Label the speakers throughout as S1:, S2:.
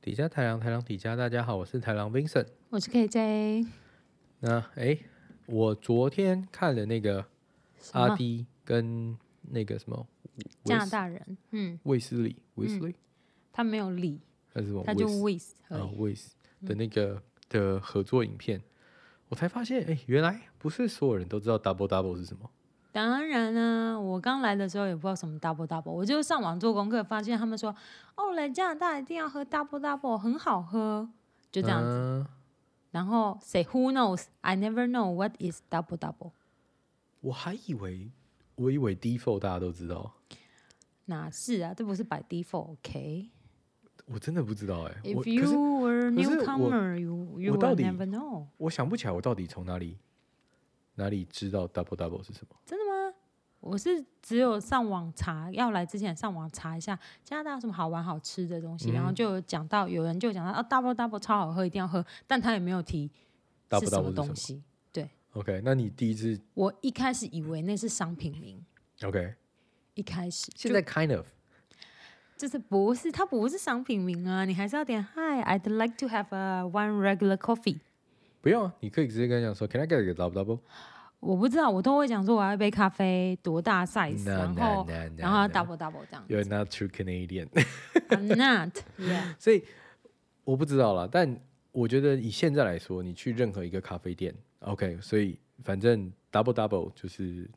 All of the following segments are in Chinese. S1: 底加台郎，台郎底加，大家好，我是台郎 Vincent。
S2: 我是 KJ。
S1: 那诶，我昨天看了那个
S2: 什
S1: 阿
S2: 么
S1: 迪跟那个什么
S2: 加拿大人，嗯，
S1: 卫斯理，卫斯理
S2: 他没有理，
S1: 还是什么
S2: 他就嗯
S1: 威斯
S2: with 而
S1: 啊
S2: 已。
S1: 卫斯的那个的合作影片，我才发现，诶，原来不是所有人都知道 double double 是什么。
S2: 当然啊，我刚来的时候也不知道什么 double double，我就上网做功课，发现他们说，哦，来加拿大一定要喝 double double，很好喝，就这样子。
S1: 嗯
S2: 然后 say who knows? I never know what is double double。
S1: 我还以为，我以为 default 大家都知道，
S2: 哪是啊？这不是 by default，OK？、
S1: 我真的不知道哎、我
S2: If
S1: 可
S2: you
S1: 是
S2: were
S1: 可是我
S2: newcomer, you you
S1: 我到
S2: will
S1: 底
S2: never know。
S1: 我想不起来我到底从哪里哪里知道 double double 是什么。
S2: 真的吗？我是只有上网查，要来之前上网查一下加拿大有什么好玩好吃的东西，然后
S1: 嗯
S2: 就有讲到有人就讲到啊，double double 超好喝，一定要喝，但他也没有提
S1: double
S2: 是什
S1: double 是什
S2: 么
S1: 么
S2: 东西。
S1: ？OK，那你第一次
S2: 我一开始以为那是商品名，
S1: OK，
S2: 一开始
S1: 现
S2: 就
S1: 在 kind of
S2: 就是不是它不是商品名啊，你还是要点 Hi，I'd like to have a one regular coffee。
S1: 不用啊，你可以直接跟他讲说，Can I get a double double？
S2: 我不知道，我都会讲说我要一杯咖啡，多大 size，
S1: No,
S2: 然
S1: no,
S2: 后
S1: no, no,
S2: 然后要
S1: no.
S2: double double 这样。
S1: You're not true Canadian，
S2: I'm not，yeah，
S1: 所以我不知道啦，但我觉得以现在来说，你去任何一个咖啡店，OK，所以反正 double double 就是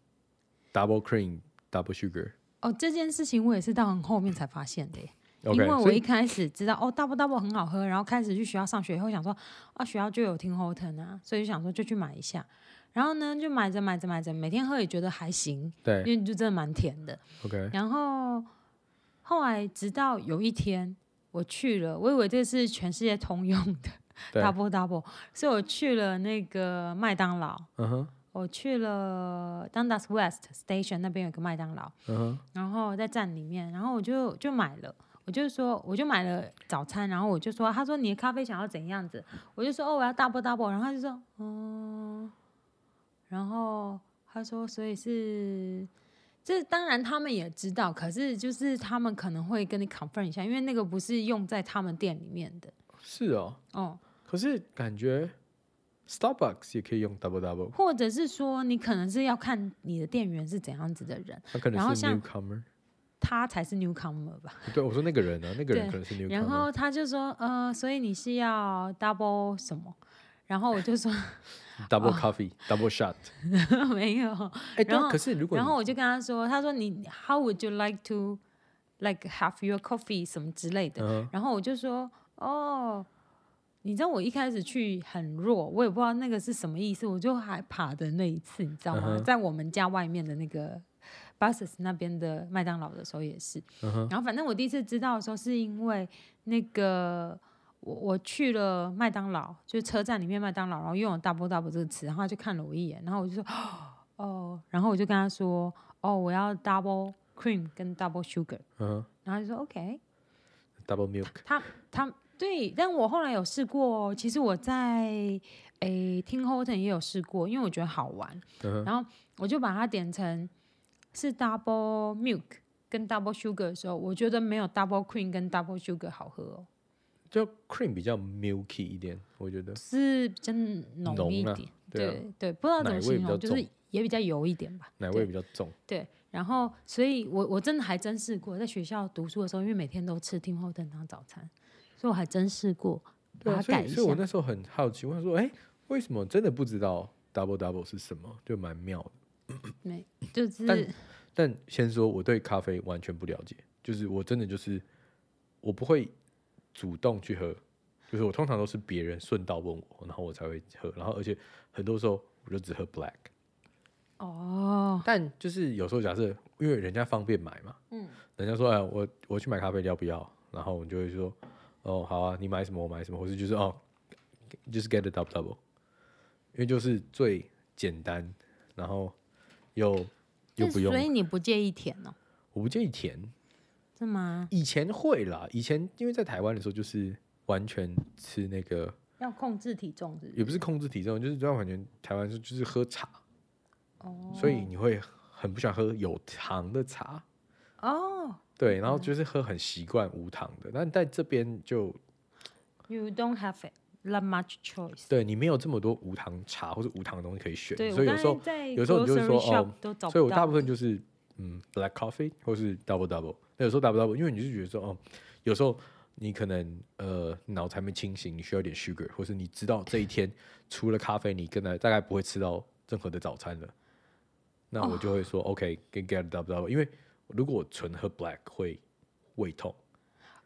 S1: double cream double sugar。
S2: 哦，这件事情我也是到很后面才发现的耶。
S1: OK，
S2: 因为
S1: 所
S2: 我
S1: 以
S2: 一开始知道哦，double double 很好喝，然后开始去学校上学以后想说，啊，学校就有听 Horton 啊，所以就想说就去买一下。然后呢，就买着买着买着，每天喝也觉得还行，因
S1: 对
S2: 为就真的蛮甜的。
S1: ，OK，
S2: 然后后来直到有一天我去了，我以为这是全世界通用的
S1: 对，
S2: double double，所以我去了那个麦当劳，
S1: 嗯哼，
S2: 我去了 Dundas West Station 那边有个麦当劳，
S1: 嗯哼，
S2: 然后在站里面，然后我就就买了，我就说我就买了早餐，然后我就说，他说你的咖啡想要怎样子，我就说哦我要 double double，然后他就说嗯，然后他说所以是。这当然他们也知道，可是就是他们可能会跟你 confirm 一下，因为那个不是用在他们店里面的
S1: 是哦。
S2: 哦，
S1: 可是感觉 Starbucks 也可以用 double double，
S2: 或者是说你可能是要看你的店员是怎样子的人，
S1: 他可
S2: 然
S1: 能
S2: 后
S1: 是
S2: 像
S1: newcomer。
S2: 他才是 newcomer 吧。
S1: 对，我说那个人啊，那个人
S2: 对
S1: 可能是 newcomer。
S2: 然后他就说，呃，所以你是要 double 什么？然后我就说
S1: double coffee、double shot。
S2: 没有。
S1: 哎，对
S2: 哦然
S1: 啊，
S2: 后
S1: 可是如果
S2: 然
S1: 你
S2: 后我就跟他说，他说你 How would you like to like have your coffee 什么之类的？
S1: 嗯
S2: 然后我就说，哦，你知道我一开始去很弱，我也不知道那个是什么意思，我就还爬的那一次，你知道吗？
S1: 嗯哼
S2: 在我们家外面的那个 buses 那边的麦当劳的时候也是，
S1: 嗯哼
S2: 然后反正我第一次知道的时候，是因为那个我我去了麦当劳，就是车站里面麦当劳，然后用了 double double 这个词，然后他就看了我一眼，然后我就说哦，然后我就跟他说哦，我要 double cream 跟 double sugar，
S1: 嗯
S2: 然后他就说 OK，
S1: 哼，double milk。
S2: 他他对，但我后来有试过哦，其实我在诶听 Horton 也有试过，因为我觉得好玩，
S1: 嗯哼，
S2: 然后我就把它点成是 double milk 跟 double sugar 的时候，我觉得没有 double cream 跟 double sugar 好喝哦，
S1: 就 cream 比较 milky 一点，我觉得。
S2: 是比较浓
S1: 浓
S2: 一
S1: 啊
S2: 点，
S1: 对啊
S2: 对对，不知道怎
S1: 奶
S2: 么
S1: 味比
S2: 形
S1: 较
S2: 容，就是
S1: 重
S2: 也比较油一点吧，
S1: 奶
S2: 对
S1: 味比较重，
S2: 对。然后，所以我我真的还真试过，在学校读书的时候，因为每天都吃听后顿当早餐，所以我还真试过
S1: 对
S2: 把
S1: 啊，
S2: 它
S1: 所
S2: 改
S1: 以
S2: 一
S1: 所以我
S2: 下。
S1: 那时候很好奇，我想说，哎，为什么真的不知道 double double 是什么，就蛮妙的。
S2: 没，就是
S1: 但但先说我对咖啡完全不了解，就是我真的就是我不会主动去喝，就是我通常都是别人顺道问我，然后我才会喝，然后而且很多时候我就只喝 black，
S2: 哦，
S1: 但就是有时候假设因为人家方便买嘛，
S2: 嗯，
S1: 人家说哎我我去买咖啡你要不要，然后我就会说哦好啊你买什么我买什么，或是就是哦就是 get a double double，因为就是最简单，然后又又
S2: 但
S1: 不
S2: 所以
S1: 用，
S2: 你不介意甜哦？
S1: 我不建议甜。
S2: 是吗？
S1: 以前会啦，以前因为在台湾的时候，就是完全吃那个，
S2: 要控制体重是不是？
S1: 也不是控制体重，就是专完全台湾是就是喝茶，
S2: 哦，
S1: 所以你会很不喜欢喝有糖的茶，
S2: 哦，
S1: 对，然后就是喝很习惯无糖的，但在这边就
S2: You don't have it, not much choice。
S1: 对你没有这么多无糖茶或者无糖的东西可以选，
S2: 对，
S1: 所
S2: 我
S1: 以有
S2: 刚
S1: 时候
S2: 才在
S1: 有时候你就是
S2: grocery
S1: 说
S2: shop
S1: 哦
S2: 都找
S1: 所以
S2: 不
S1: 我大
S2: 到
S1: 部。分就是嗯，black coffee 或是 double double。那有时候 double double，因为你就觉得说哦，有时候你可能呃脑子还没清醒，你需要一点 sugar，或是你知道这一天除了咖啡，你跟来大概不会吃到任何的早餐了。那我就会说、OK，跟
S2: 哦
S1: get double double，因为如果我纯喝 black 会胃痛，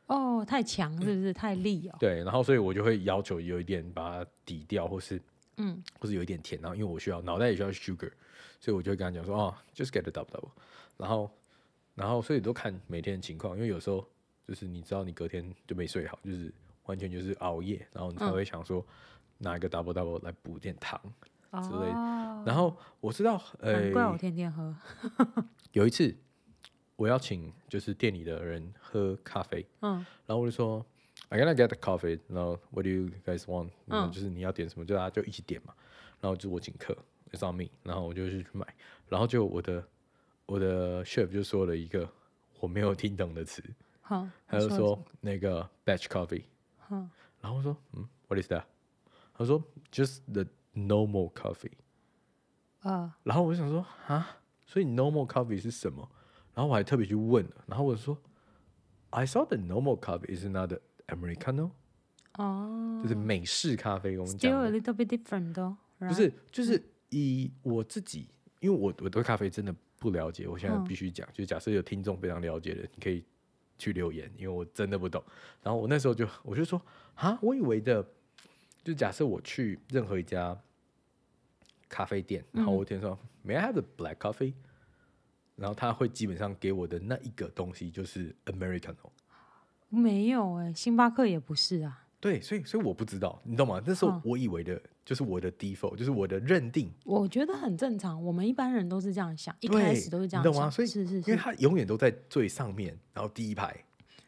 S2: 哦，太强是不是？太力哦。
S1: 对，然后所以我就会要求有一点把它抵掉，或是
S2: 嗯，
S1: 或是有一点甜，然后因为我需要脑袋也需要 sugar，所以我就会跟他讲说哦，just get a double double，然后然后所以都看每天的情况，因为有时候就是你知道你隔天就没睡好，就是完全就是熬夜，然后你才
S2: 嗯
S1: 会想说拿一个 double double 来补点糖。
S2: 哦，
S1: 类的然后我知道，
S2: 难怪我
S1: 呃，
S2: 天天喝。
S1: 有一次我要请就是店里的人喝咖啡，
S2: 嗯
S1: 然后我就说 I gotta get the coffee，然后 What do you guys want？
S2: 嗯
S1: 嗯，就是你要点什么，就大家就一起点嘛。然后就是我请客，It's on me，然后我就去买，然后就我的我的 chef 就说了一个我没有听懂的词，
S2: 好。
S1: 他
S2: 你
S1: 就
S2: 了什
S1: 说那个 batch coffee，
S2: 么，哼
S1: 然后我说嗯，What is that？他说 Just the normal coffee。
S2: 呃，
S1: 然后我就想说啊，所以 normal coffee 是什么？然后我还特别去问了，然后我说 I saw the normal coffee is not the americano。
S2: 哦
S1: 就是美式咖啡，我们讲
S2: ，still
S1: 的
S2: a little bit different 哦。
S1: 不是，就是以我自己，因为我我对咖啡真的不了解，我现在必须讲，就是假设有听众非常了解的，你可以去留言，因为我真的不懂。然后我那时候就我就说啊，我以为的，就假设我去任何一家咖啡店，然后我点说、May I have the black coffee？然后他会基本上给我的那一个东西就是 Americano，
S2: 没有哎，星巴克也不是啊。
S1: 对，所以所以我不知道，你懂吗？那时候我以为的、就是我的 default，就是我的认定，
S2: 我觉得很正常，我们一般人都是这样想，一
S1: 对
S2: 开始都是这样
S1: 你
S2: 想，
S1: 懂吗？所以
S2: 是是
S1: 因为
S2: 是，
S1: 它永远都在最上面，然后第一排，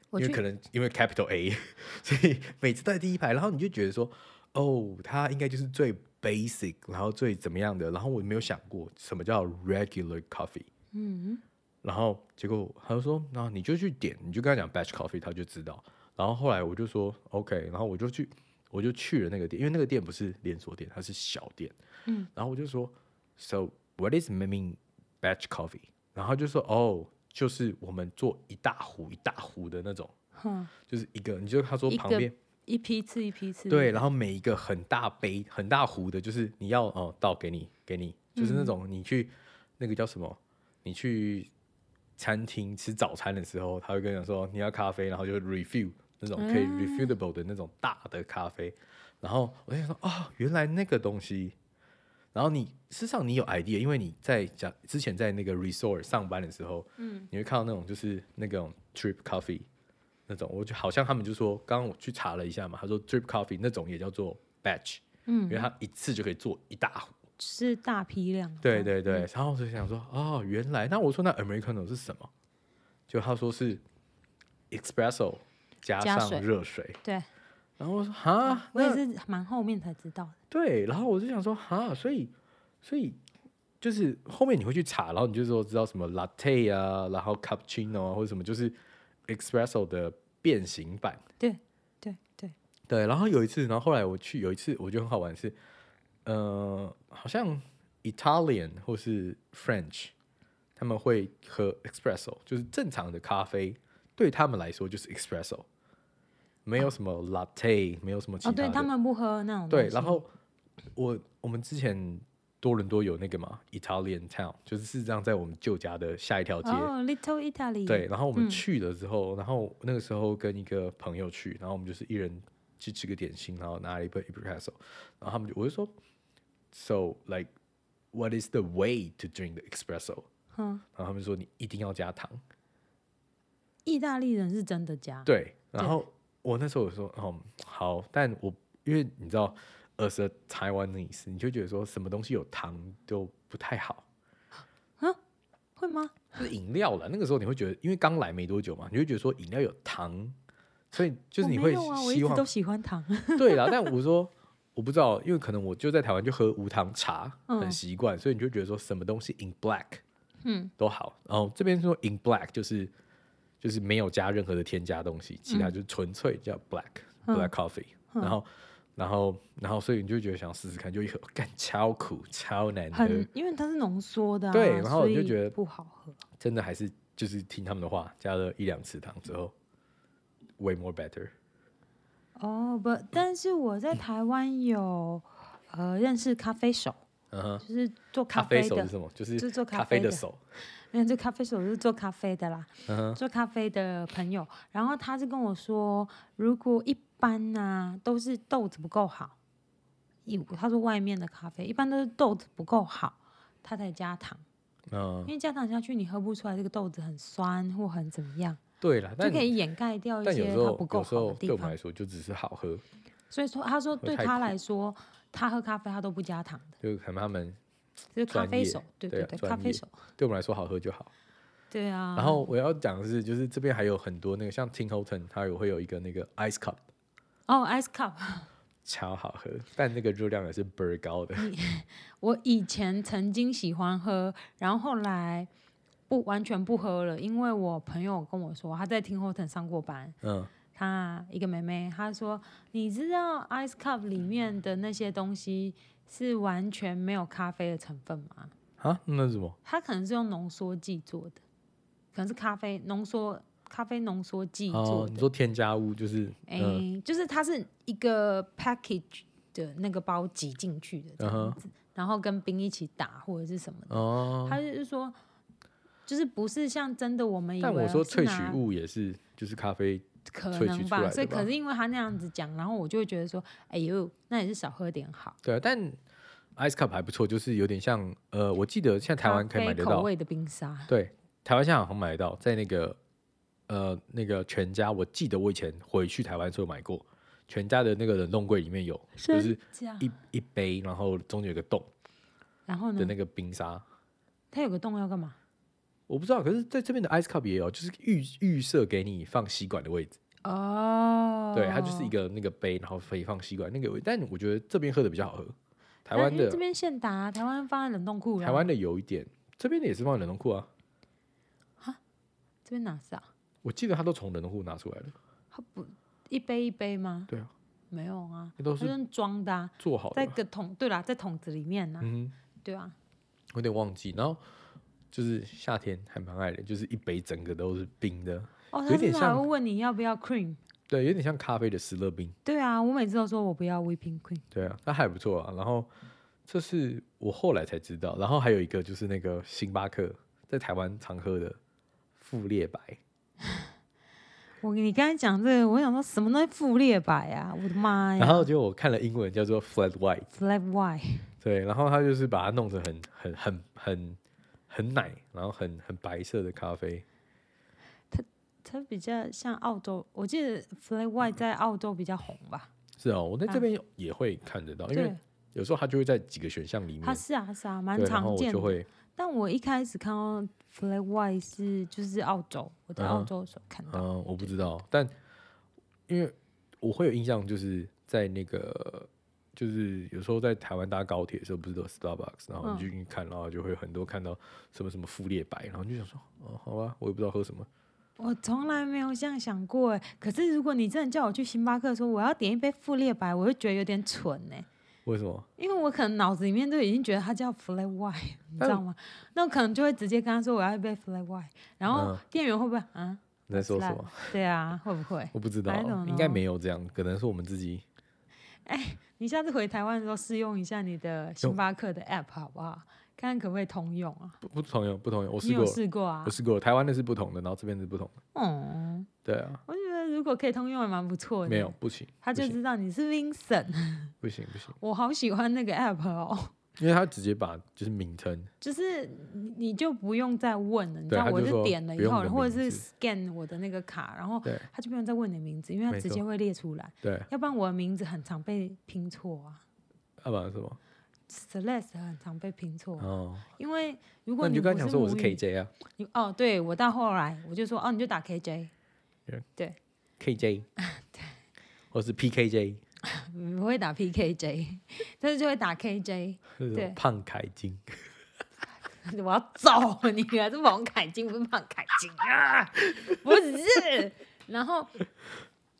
S2: 我
S1: 因为
S2: 去
S1: 可能因为 capital A，所 以每次在第一排，然后你就觉得说，哦，它应该就是最 basic，然后最怎么样的，然后我没有想过什么叫 regular coffee，
S2: 嗯，
S1: 然后结果他就说，那你就去点，你就跟他讲 batch coffee，他就知道。然后后来我就说 OK，然后我就去，我就去了那个店，因为那个店不是连锁店，它是小店。
S2: 嗯，
S1: 然后我就说，So what is mean batch coffee？然后他就说哦，就是我们做一大壶一大壶的那种，
S2: 哼，
S1: 就是一个，你就他说
S2: 一
S1: 旁
S2: 个
S1: 边
S2: 一批次一批次，
S1: 对，，然后每一个很大杯、很大壶的，就是你要哦倒给你，给你，就是那种你去、那个叫什么，你去餐厅吃早餐的时候，他会跟你讲说你要咖啡，然后就 refill 那种可以 refillable 的那种大的咖啡，然后我就想说哦，原来那个东西。然后你事实上你有 idea，因为你在讲之前在那个 resort 上班的时候，嗯，你会看到那种就是那种 trip coffee，那种，我就好像他们就说，刚刚我去查了一下嘛，他说 drip coffee 那种也叫做 batch，
S2: 嗯
S1: 因为它一次就可以做一大壶。
S2: 是大批量的，
S1: 对对对，
S2: 嗯
S1: 然后我就想说，哦，原来那我说那 americano 是什么？就他说是 espresso 加
S2: 加
S1: 上
S2: 水
S1: 热水，
S2: 对，
S1: 然后我说哈，
S2: 我也
S1: 啊那
S2: 是蛮后面才知道的，
S1: 对，然后我就想说哈，所以所以就是后面你会去查，然后你就说知道什么 latte 啊，然后 cappuccino 啊或者什么，就是 espresso 的变形版。
S2: 对对对，
S1: 对，然后有一次，然后后来我去有一次，我觉得很好玩是，呃，好像 Italian 或是 French，他们会喝 espresso，就是正常的咖啡，对他们来说就是 espresso，没有什么 latte，、没有什么其
S2: 哦，
S1: 他
S2: 对
S1: 的。
S2: 他们不喝那种东
S1: 对
S2: 西，
S1: 然后我我们之前多伦多有那个嘛 Italian Town，就是事实上在我们旧家的下一条街，
S2: 哦，Little Italy，
S1: 对，，然后我
S2: 嗯
S1: 们去了之后，然后那个时候跟一个朋友去，然后我们就是一人去吃个点心，然后拿了一杯 espresso，然后他们就我就说，so like what is the way to drink the espresso？
S2: 嗯，
S1: 然后他们说你一定要加糖，
S2: 意大利人是真的加，
S1: 对，然后我那时候我说，嗯，好，但我因为你知道，as a Taiwanese，你就觉得说什么东西有糖都不太好，
S2: 会吗？
S1: 就是饮料了。那个时候你会觉得，因为刚来没多久嘛，你会觉得说饮料有糖，所以就是
S2: 我
S1: 你
S2: 没
S1: 会
S2: 有啊，我一
S1: 希
S2: 直
S1: 望
S2: 都喜欢糖，
S1: 对啦，但我说我不知道，因为可能我就在台湾就喝无糖茶，
S2: 嗯
S1: 很习惯，所以你就觉得说什么东西 in black，
S2: 嗯，
S1: 都好。然后这边说 in black 就是
S2: 嗯
S1: 就是没有加任何的添加东西，其他就是纯粹叫 black、black coffee，然后然后然后所以你就觉得想试试看，就一喝，干超苦超难喝，
S2: 很因为它是浓缩的、啊，
S1: 对然后
S2: 所
S1: 你就
S2: 以
S1: 觉得
S2: 不好喝。
S1: 真的还是就是听他们的话，加了一两次糖之后，way more better。
S2: 哦，不，但是我在台湾有呃认识咖啡手，
S1: 嗯哼，
S2: 就是做
S1: 咖
S2: 啡
S1: 手
S2: 的
S1: 是，什么？就是
S2: 就是做咖
S1: 咖啡
S2: 啡
S1: 的
S2: 的
S1: 手。
S2: 嗯，这咖啡手是做咖啡的啦，
S1: 嗯哼，
S2: 做咖啡的朋友，然后他是跟我说，如果一般呢、都是豆子不够好，一他说外面的咖啡一般都是豆子不够好，他才加糖，
S1: 嗯
S2: 因，为加糖下去你喝不出来这个豆子很酸或很怎么样，
S1: 对了，
S2: 就
S1: 但
S2: 可以掩盖掉一
S1: 但有
S2: 些
S1: 时
S2: 它
S1: 候
S2: 不够
S1: 有时
S2: 好
S1: 候
S2: 的
S1: 对
S2: 地
S1: 我们
S2: 方
S1: 来。说就只是好喝，
S2: 所以说，他说
S1: 会
S2: 对
S1: 太
S2: 他
S1: 苦
S2: 来说，他喝咖啡他都不加糖的，
S1: 就是可能他们
S2: 就是咖
S1: 专
S2: 啡
S1: 业
S2: 手，对
S1: 对啊
S2: 对，
S1: 专
S2: 咖啡
S1: 业
S2: 手，
S1: 对我们来说好喝就好。
S2: 对啊。
S1: 然后我要讲的是，就是这边还有很多那个像 Tim Horton，它有会有一个那个 ice cup，
S2: 哦，ice cup，
S1: 超好喝，但那个热量也是倍儿高的。
S2: 我以前曾经喜欢喝，然后后来不完全不喝了，因为我朋友跟我说他在听 Hilton 上过班，
S1: 嗯，
S2: 他一个妹妹，她说你知道 Ice Cup 里面的那些东西是完全没有咖啡的成分吗？
S1: 啊，那是什么？
S2: 它可能是用浓缩剂做的，可能是咖啡浓缩咖啡浓缩剂做
S1: 哦，
S2: 的
S1: 你，说添加物就是
S2: 哎、
S1: 嗯
S2: 就是它是一个 package 的那个包挤进去的
S1: 嗯
S2: 这样
S1: 哼
S2: 子，然后跟冰一起打或者是什么的。
S1: 哦，
S2: 他就是说，就是不是像真的我们以为哦
S1: 但我说
S2: 是
S1: 萃
S2: 拿
S1: 取物也是就是咖啡，
S2: 可
S1: 萃取
S2: 能
S1: 出
S2: 吧，
S1: 来
S2: 所以
S1: 的
S2: 可
S1: 吧
S2: 是因为他那样子讲，然后我就会觉得说，哎呦，那也是少喝点好。
S1: 对啊，但 ice cup 还不错，就是有点像呃，我记得现在台湾可以买得
S2: 咖啡口
S1: 到，
S2: 味的冰沙，
S1: 对，台湾现在好像买得到，在那个呃那个全家，我记得我以前回去台湾的时候买过，全家的那个冷冻柜里面有，就是
S2: 这样。
S1: 一一杯，然后中间有个洞
S2: 然后
S1: 的
S2: 呢，
S1: 那个冰沙，
S2: 它有个洞要干嘛？
S1: 我不知道，可是在这边的 ice cup 也有，就是预预设给你放吸管的位置。
S2: 哦，
S1: 对，它就是一个那个杯，然后可以放吸管那个有。但我觉得这边喝的比较好喝，台
S2: 那
S1: 湾
S2: 因为
S1: 的
S2: 这边现打，啊台湾放在冷冻库啦，
S1: 台湾的有一点，这边的也是放冷冻库啊。
S2: 这边哪是啊？
S1: 我记得它都从冷冻库拿出来了，
S2: 它不一杯一杯吗？
S1: 对啊，
S2: 没有啊，
S1: 那都
S2: 它
S1: 是
S2: 是装的、啊，
S1: 做好的
S2: 在
S1: 啊。
S2: 个桶，对啦，在桶子里面呢、
S1: 嗯哼，
S2: 对啊，
S1: 我有点忘记。然后就是夏天还蛮爱的，就是一杯整个都是冰的，
S2: 哦，
S1: 有
S2: 他
S1: 点
S2: 是还
S1: 像
S2: 会问你要不要 cream。
S1: 对，有点像咖啡的石乐冰。
S2: 对啊，我每次都说我不要 whipping cream。
S1: 对啊，那还不错啊。然后这是我后来才知道，然后还有一个就是那个星巴克在台湾常喝的富列白。
S2: 我跟你刚才讲这个，我想说什么东西富列白啊，我的妈呀
S1: 然后结果我看了英文叫做 flat white，
S2: ！Flat White，
S1: 对，然后他就是把它弄成很很很很很奶，然后很很白色的咖啡。
S2: 它比较像澳洲，我记得 Flat White 在澳洲比较红吧？
S1: 是哦，我在
S2: 啊
S1: 这边也会看得到，哦因为
S2: 对，
S1: 有时候它就会在几个选项里
S2: 它
S1: 面，
S2: 是啊是啊，蛮
S1: 对，然后
S2: 常
S1: 我
S2: 见
S1: 就
S2: 的。
S1: 会
S2: 但我一开始看到 Flat White 是就是澳洲，我在
S1: 嗯哼
S2: 澳洲的时候看到。
S1: 嗯，我不知道，但因为我会有印象，就是在那个，就是有时候在台湾搭高铁的时候，不是都有 Starbucks，然后
S2: 嗯
S1: 你就去看，然后就会很多看到什么什么富列白，然后你就想说，哦，好吧，我也不知道喝什么，
S2: 我从来没有这样想过哎。可是如果你真的叫我去星巴克说我要点一杯富列白，我会觉得有点蠢哎。
S1: 为什么？
S2: 因为我可能脑子里面都已经觉得它叫 flat white，你 知
S1: 但
S2: 道吗？那我可能就会直接跟他说我要一杯 flat white，然后
S1: 嗯
S2: 店员会不会啊？
S1: 你在说什么？
S2: 对啊，会不会？
S1: 我不知道
S2: I don't，
S1: 应该
S2: know
S1: 没有这样，可能是我们自己
S2: 你下次回台湾的时候试用一下你的星巴克的 app 好不好？看看可不可以通用啊？
S1: 不不同样，不同样。我
S2: 你
S1: 试过
S2: 有
S1: 了，
S2: 试过啊
S1: 我？试过了，台湾的是不同的，然后这边是不同的。
S2: 嗯，
S1: 对啊，
S2: 我觉得如果可以通用也蛮不错的。
S1: 没有，不行，
S2: 他就
S1: 不行
S2: 知道你是 Vincent，
S1: 不行不行，
S2: 我好喜欢那个 app 哦。
S1: 因为他直接把就是名称，
S2: 就是你你就不用再问了，你知
S1: 对
S2: 道，
S1: 他
S2: 我
S1: 就
S2: 就
S1: 说
S2: 点了
S1: 不
S2: 以
S1: 用
S2: 后
S1: 你，的
S2: 或者
S1: 名
S2: 是
S1: 字
S2: scan 我的那个卡，然后
S1: 对
S2: 他就不用再问你的名字，因为他
S1: 没
S2: 直
S1: 错
S2: 接会列出来。
S1: 对，
S2: 要不然我的名字很常被拼错啊
S1: 要不然是什么？
S2: ，Celeste 很常被拼错啊、
S1: 哦，
S2: 因为如果
S1: 那你
S2: 你
S1: 就
S2: 不
S1: 跟他讲说我是
S2: 母语
S1: KJ 啊
S2: 你哦，对我到后来我就说哦，你就打 KJ，
S1: ，KJ，或是 PKJ，
S2: 嗯我会打 PKJ，但 是就会打 KJ，
S1: 是什
S2: 对
S1: 么胖凯金，
S2: 我要揍你啊！是 王凯金，不是胖凯金啊！不是，然后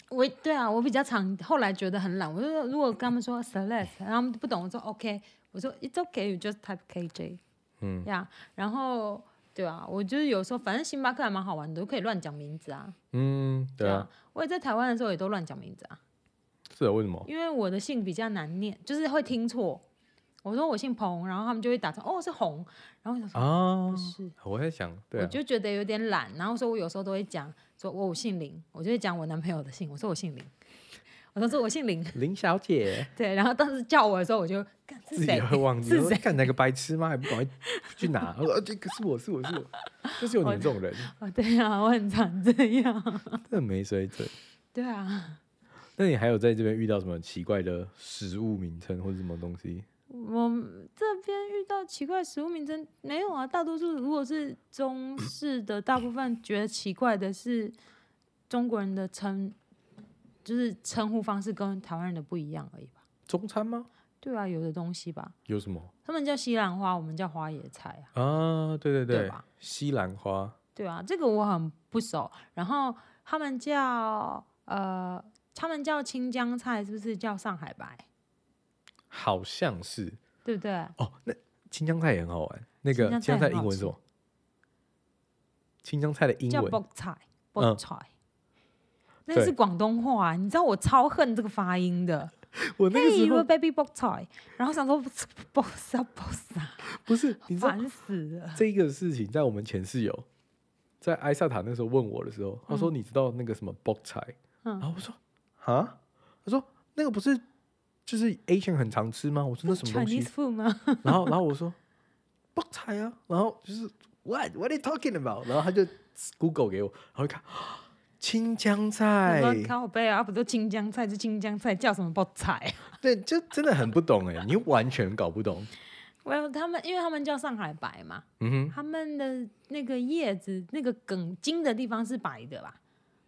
S2: 我对啊，我比较常后来觉得很懒，我就说如果跟他们说 select，然后他们不懂，我说 OK，我说 It's OK，you just type KJ，
S1: 嗯
S2: 呀然后对啊，我就是有时候反正星巴克还蛮好玩的，都可以乱讲名字啊，
S1: 嗯，对啊，，
S2: 我也在台湾的时候也都乱讲名字啊，
S1: 是啊，为什么？
S2: 因为我的姓比较难念，就是会听错，我说我姓彭，然后他们就会打成哦是红，然后我想说
S1: 啊
S2: 不，是，
S1: 我在想，对
S2: 我
S1: 啊，
S2: 就觉得有点懒，然后所以我有时候都会讲说我我姓林，我就会讲我男朋友的姓，我说我姓林，我都说我姓林，
S1: 林小姐
S2: 对，然后当时叫我的时候，我就干
S1: 自
S2: 是
S1: 己
S2: 谁
S1: 也？会忘记，
S2: 是
S1: 说
S2: 谁
S1: 干哪个白痴吗？还不赶快去 拿？我说啊这个是我是我是我，就是有你们这种人，
S2: 哦，对啊，我很常这样，
S1: 真的没水准。
S2: 对啊，
S1: 那你还有在这边遇到什么奇怪的食物名称或者什么东西？
S2: 我这边遇到奇怪食物名称没有啊，大多数如果是中式的，大部分觉得奇怪的是中国人的称，就是称呼方式跟台湾人的不一样而已吧？
S1: 中餐吗？
S2: 对啊，有的东西吧，
S1: 有什么
S2: 他们叫西兰花，我们叫花野菜啊。
S1: 啊？对对
S2: 对吧
S1: 西兰花
S2: 对啊，这个我很不熟。然后他们叫呃，他们叫清江菜，是不是叫上海白？
S1: 好像是
S2: 对不对？
S1: 哦。那青江菜也很好玩，那个
S2: 青江
S1: 青江菜的
S2: 菜很
S1: 英
S2: 好
S1: 文是什么？青江菜的英
S2: 叫
S1: 文
S2: bok 菜
S1: 嗯
S2: ，bok 菜，那个是
S1: 对
S2: 广东话、啊你知道我超恨这个发音的。
S1: 我那个
S2: 嘿，
S1: 时
S2: 因为
S1: 候
S2: baby bok 菜，然后想说 bok 啥 bok 啥，
S1: 不是，你知道
S2: 啊烦死了。
S1: 这个事情在我们前室友在埃萨塔那时候问我的时候，他说你知道那个什么 bok 菜？
S2: 嗯
S1: 然后我说啊，他说那个不是就是 Asian 很常吃吗？我说那什么东西
S2: Chinese？food 吗？
S1: 然后然后我说 bok 菜啊，然后就是 what what are you talking about？然后他就 Google 给我，然后一看啊青江
S2: 我
S1: 菜，
S2: 说靠背啊，不都清江菜是清江菜，叫什么 bok 菜？啊
S1: 对，就真的很不懂哎，你完全搞不懂。
S2: 我有他们，因为他们叫上海白嘛，
S1: 嗯哼，
S2: 他们的那个叶子那个梗茎的地方是白的吧？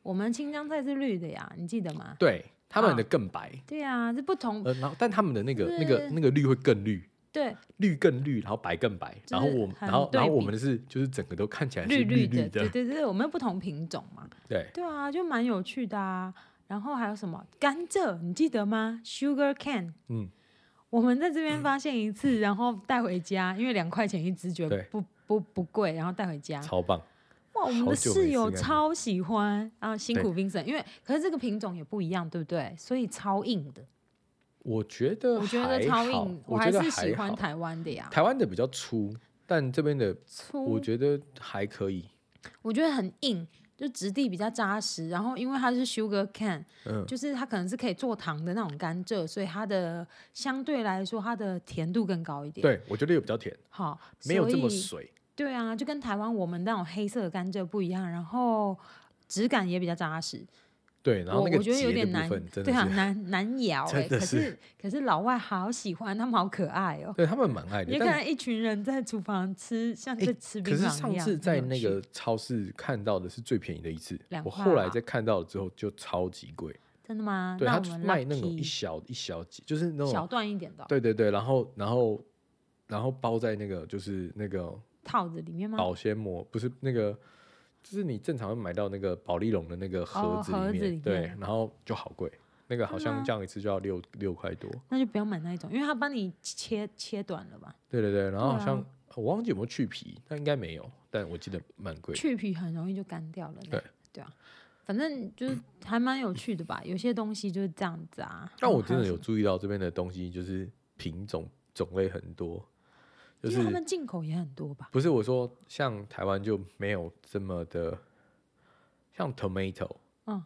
S2: 我们青江菜是绿的呀，你记得吗？
S1: 对，他们的
S2: 嗯
S1: 更白，
S2: 对啊，这不同，
S1: 呃，然后但他们的那个那
S2: 是
S1: 个那个绿会更绿。
S2: 对，
S1: 绿更绿，然后白更白，
S2: 就
S1: 然
S2: 是
S1: 后我们，
S2: 很
S1: 然后然后
S2: 对比
S1: 我们是就是整个都看起来是绿
S2: 绿的，对
S1: 的，
S2: 对对，我们不同品种嘛。
S1: 对，
S2: 对啊，就蛮有趣的啊。然后还有什么甘蔗，你记得吗？Sugar cane，
S1: 嗯，
S2: 我们在这边发现一次，然后带回家，因为两块钱一支，觉得
S1: 对
S2: 不不不贵，然后带回家。
S1: 超棒，
S2: 哇，我们
S1: 好
S2: 的
S1: 久没
S2: 室友
S1: 吃甘蔗
S2: 超喜欢啊，辛
S1: 对
S2: 苦 Vincent，因为可是这个品种也不一样，对不对？所以超硬的。
S1: 我觉得
S2: 我觉得
S1: 还
S2: 超
S1: 好
S2: 硬，
S1: 我
S2: 还
S1: 觉得
S2: 是喜
S1: 好
S2: 欢台湾的呀。
S1: 台湾的比较粗，但这边的
S2: 粗，
S1: 我
S2: 我觉
S1: 觉得还可以，
S2: 得很硬，就质地比较扎实。然后因为它是 sugar cane，
S1: 嗯，
S2: 就是它可能是可以做糖的那种甘蔗，所以它的相对来说它的甜度更高一点。，
S1: 对我觉得有比较甜，
S2: 好，
S1: 没有这么
S2: 所以
S1: 水，
S2: 对啊，就跟台湾我们那种黑色的甘蔗不一样，然后质感也比较扎实。
S1: 对，然后
S2: 我
S1: 那个
S2: 我觉得有
S1: 节
S2: 点
S1: 的部
S2: 难
S1: 分，真的
S2: 对啊，
S1: 是，
S2: 难难咬哎、
S1: 真的
S2: 可是可是老外好喜欢，他们好可爱哦、
S1: 对他们蛮爱
S2: 你
S1: 的，
S2: 就
S1: 但
S2: 看一群人在厨房吃，像
S1: 哎
S2: 在吃
S1: 可
S2: 槟榔一
S1: 是
S2: 样。
S1: 上次
S2: 很
S1: 在
S2: 有
S1: 那
S2: 趣
S1: 个超市看到的是最便宜的一次
S2: 两，
S1: 我
S2: 块
S1: 后来
S2: 吧
S1: 再看到之后就超级贵，
S2: 真的吗？
S1: 对
S2: 啊
S1: 他
S2: 那我
S1: 就是
S2: 们
S1: 卖那种
S2: lucky
S1: 一小一小几，就是那种
S2: 小段一点的哦
S1: 对对对，然后然后然后包在那个就是那个
S2: 套子里面吗？
S1: 保鲜膜，不是那个，就是你正常会买到那个保利龙的那个盒
S2: 哦
S1: 子里面，
S2: 盒子里
S1: 对
S2: 面，
S1: 然后就好贵，那个好
S2: 真的啊
S1: 像
S2: 吗
S1: 这样一次就要六六块多，
S2: 那就不要买那一种，因为它帮你切切短了吧？
S1: 对对对，然后
S2: 对
S1: 好像、
S2: 啊
S1: 我忘记有没有去皮，但应该没有，但我记得蛮贵的，
S2: 去皮很容易就干掉了呢。
S1: 对
S2: 对啊，反正就是还蛮有趣的吧。有些东西就是这样子啊。
S1: 但我
S2: 然后还
S1: 真的
S2: 什
S1: 有
S2: 么，
S1: 注意到这边的东西就是品种种类很多，就
S2: 啊因为他
S1: 是
S2: 们进口也很多吧？
S1: 不是我说像台湾就没有这么的，像 tomato，
S2: 嗯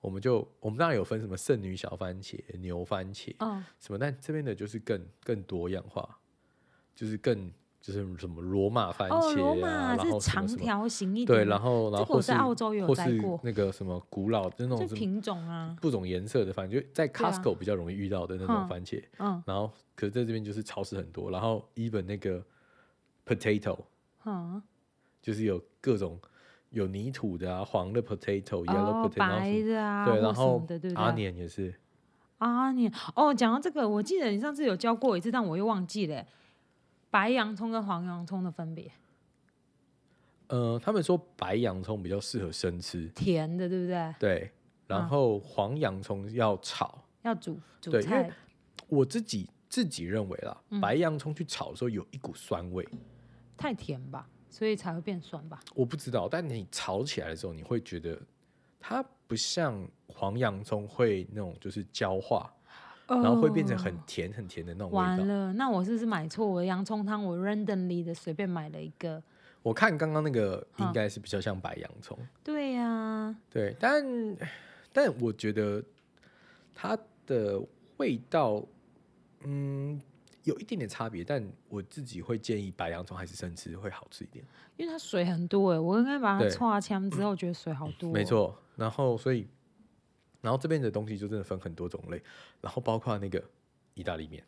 S1: 我们就我们当然有分什么剩女小番茄、牛番茄
S2: 嗯，
S1: 什么，但这边的就是更更多样化，就是更就是什么罗马番茄啊，
S2: 哦，罗马
S1: 然
S2: 是
S1: 后什
S2: 长
S1: 么什么，
S2: 条形一点，
S1: 对，然后然
S2: 这
S1: 后
S2: 个我
S1: 或是
S2: 在澳洲有
S1: 或
S2: 摘
S1: 是
S2: 过
S1: 那个什么古老的那
S2: 就
S1: 种什么
S2: 品种啊，
S1: 不种颜色的，反正就在
S2: 对啊
S1: Costco 比较容易遇到的那种
S2: 嗯
S1: 番茄，
S2: 嗯
S1: 然后可是在这边就是超市很多，然后 even 那个 potato
S2: 嗯，
S1: 就是有各种有泥土的啊，黄的 potato、
S2: 哦
S1: yellow，potato，然后
S2: 白
S1: 什么
S2: 的啊，
S1: 对，
S2: 或
S1: 然
S2: 什么
S1: 后
S2: 的对不
S1: 阿
S2: 对？
S1: 年也是，
S2: 啊，你哦，讲到这个，我记得你上次有教过我一次，但我又忘记了欸。白洋葱跟黄洋葱的分别，
S1: 呃，他们说白洋葱比较适合生吃，
S2: 甜的，对不对？
S1: 对，然后黄洋葱要炒。
S2: 要煮煮
S1: 对因为
S2: 菜，
S1: 我自己自己认为啦，
S2: 嗯
S1: 白洋葱去炒的时候有一股酸味，
S2: 太甜吧，所以才会变酸吧。
S1: 我不知道，但你炒起来的时候，你会觉得它不像黄洋葱会那种就是焦化，然后会变成很甜很甜的那种
S2: 哦完
S1: 味道。
S2: 了，那我是不是买错？我的洋葱汤我 randomly 的随便买了一个。
S1: 我看刚刚那个
S2: 嗯
S1: 应该是比较像白洋葱，
S2: 对呀、
S1: 对，但但我觉得它的味道，嗯，有一点点差别，但我自己会建议白洋葱还是生吃会好吃一点。
S2: 因为它水很多哎、我应该把它
S1: 对嗯
S2: 搓枪之后，觉得水好多、哦
S1: 没，错，然后所以，然后这边的东西就真的分很多种类，然后包括那个意大利面，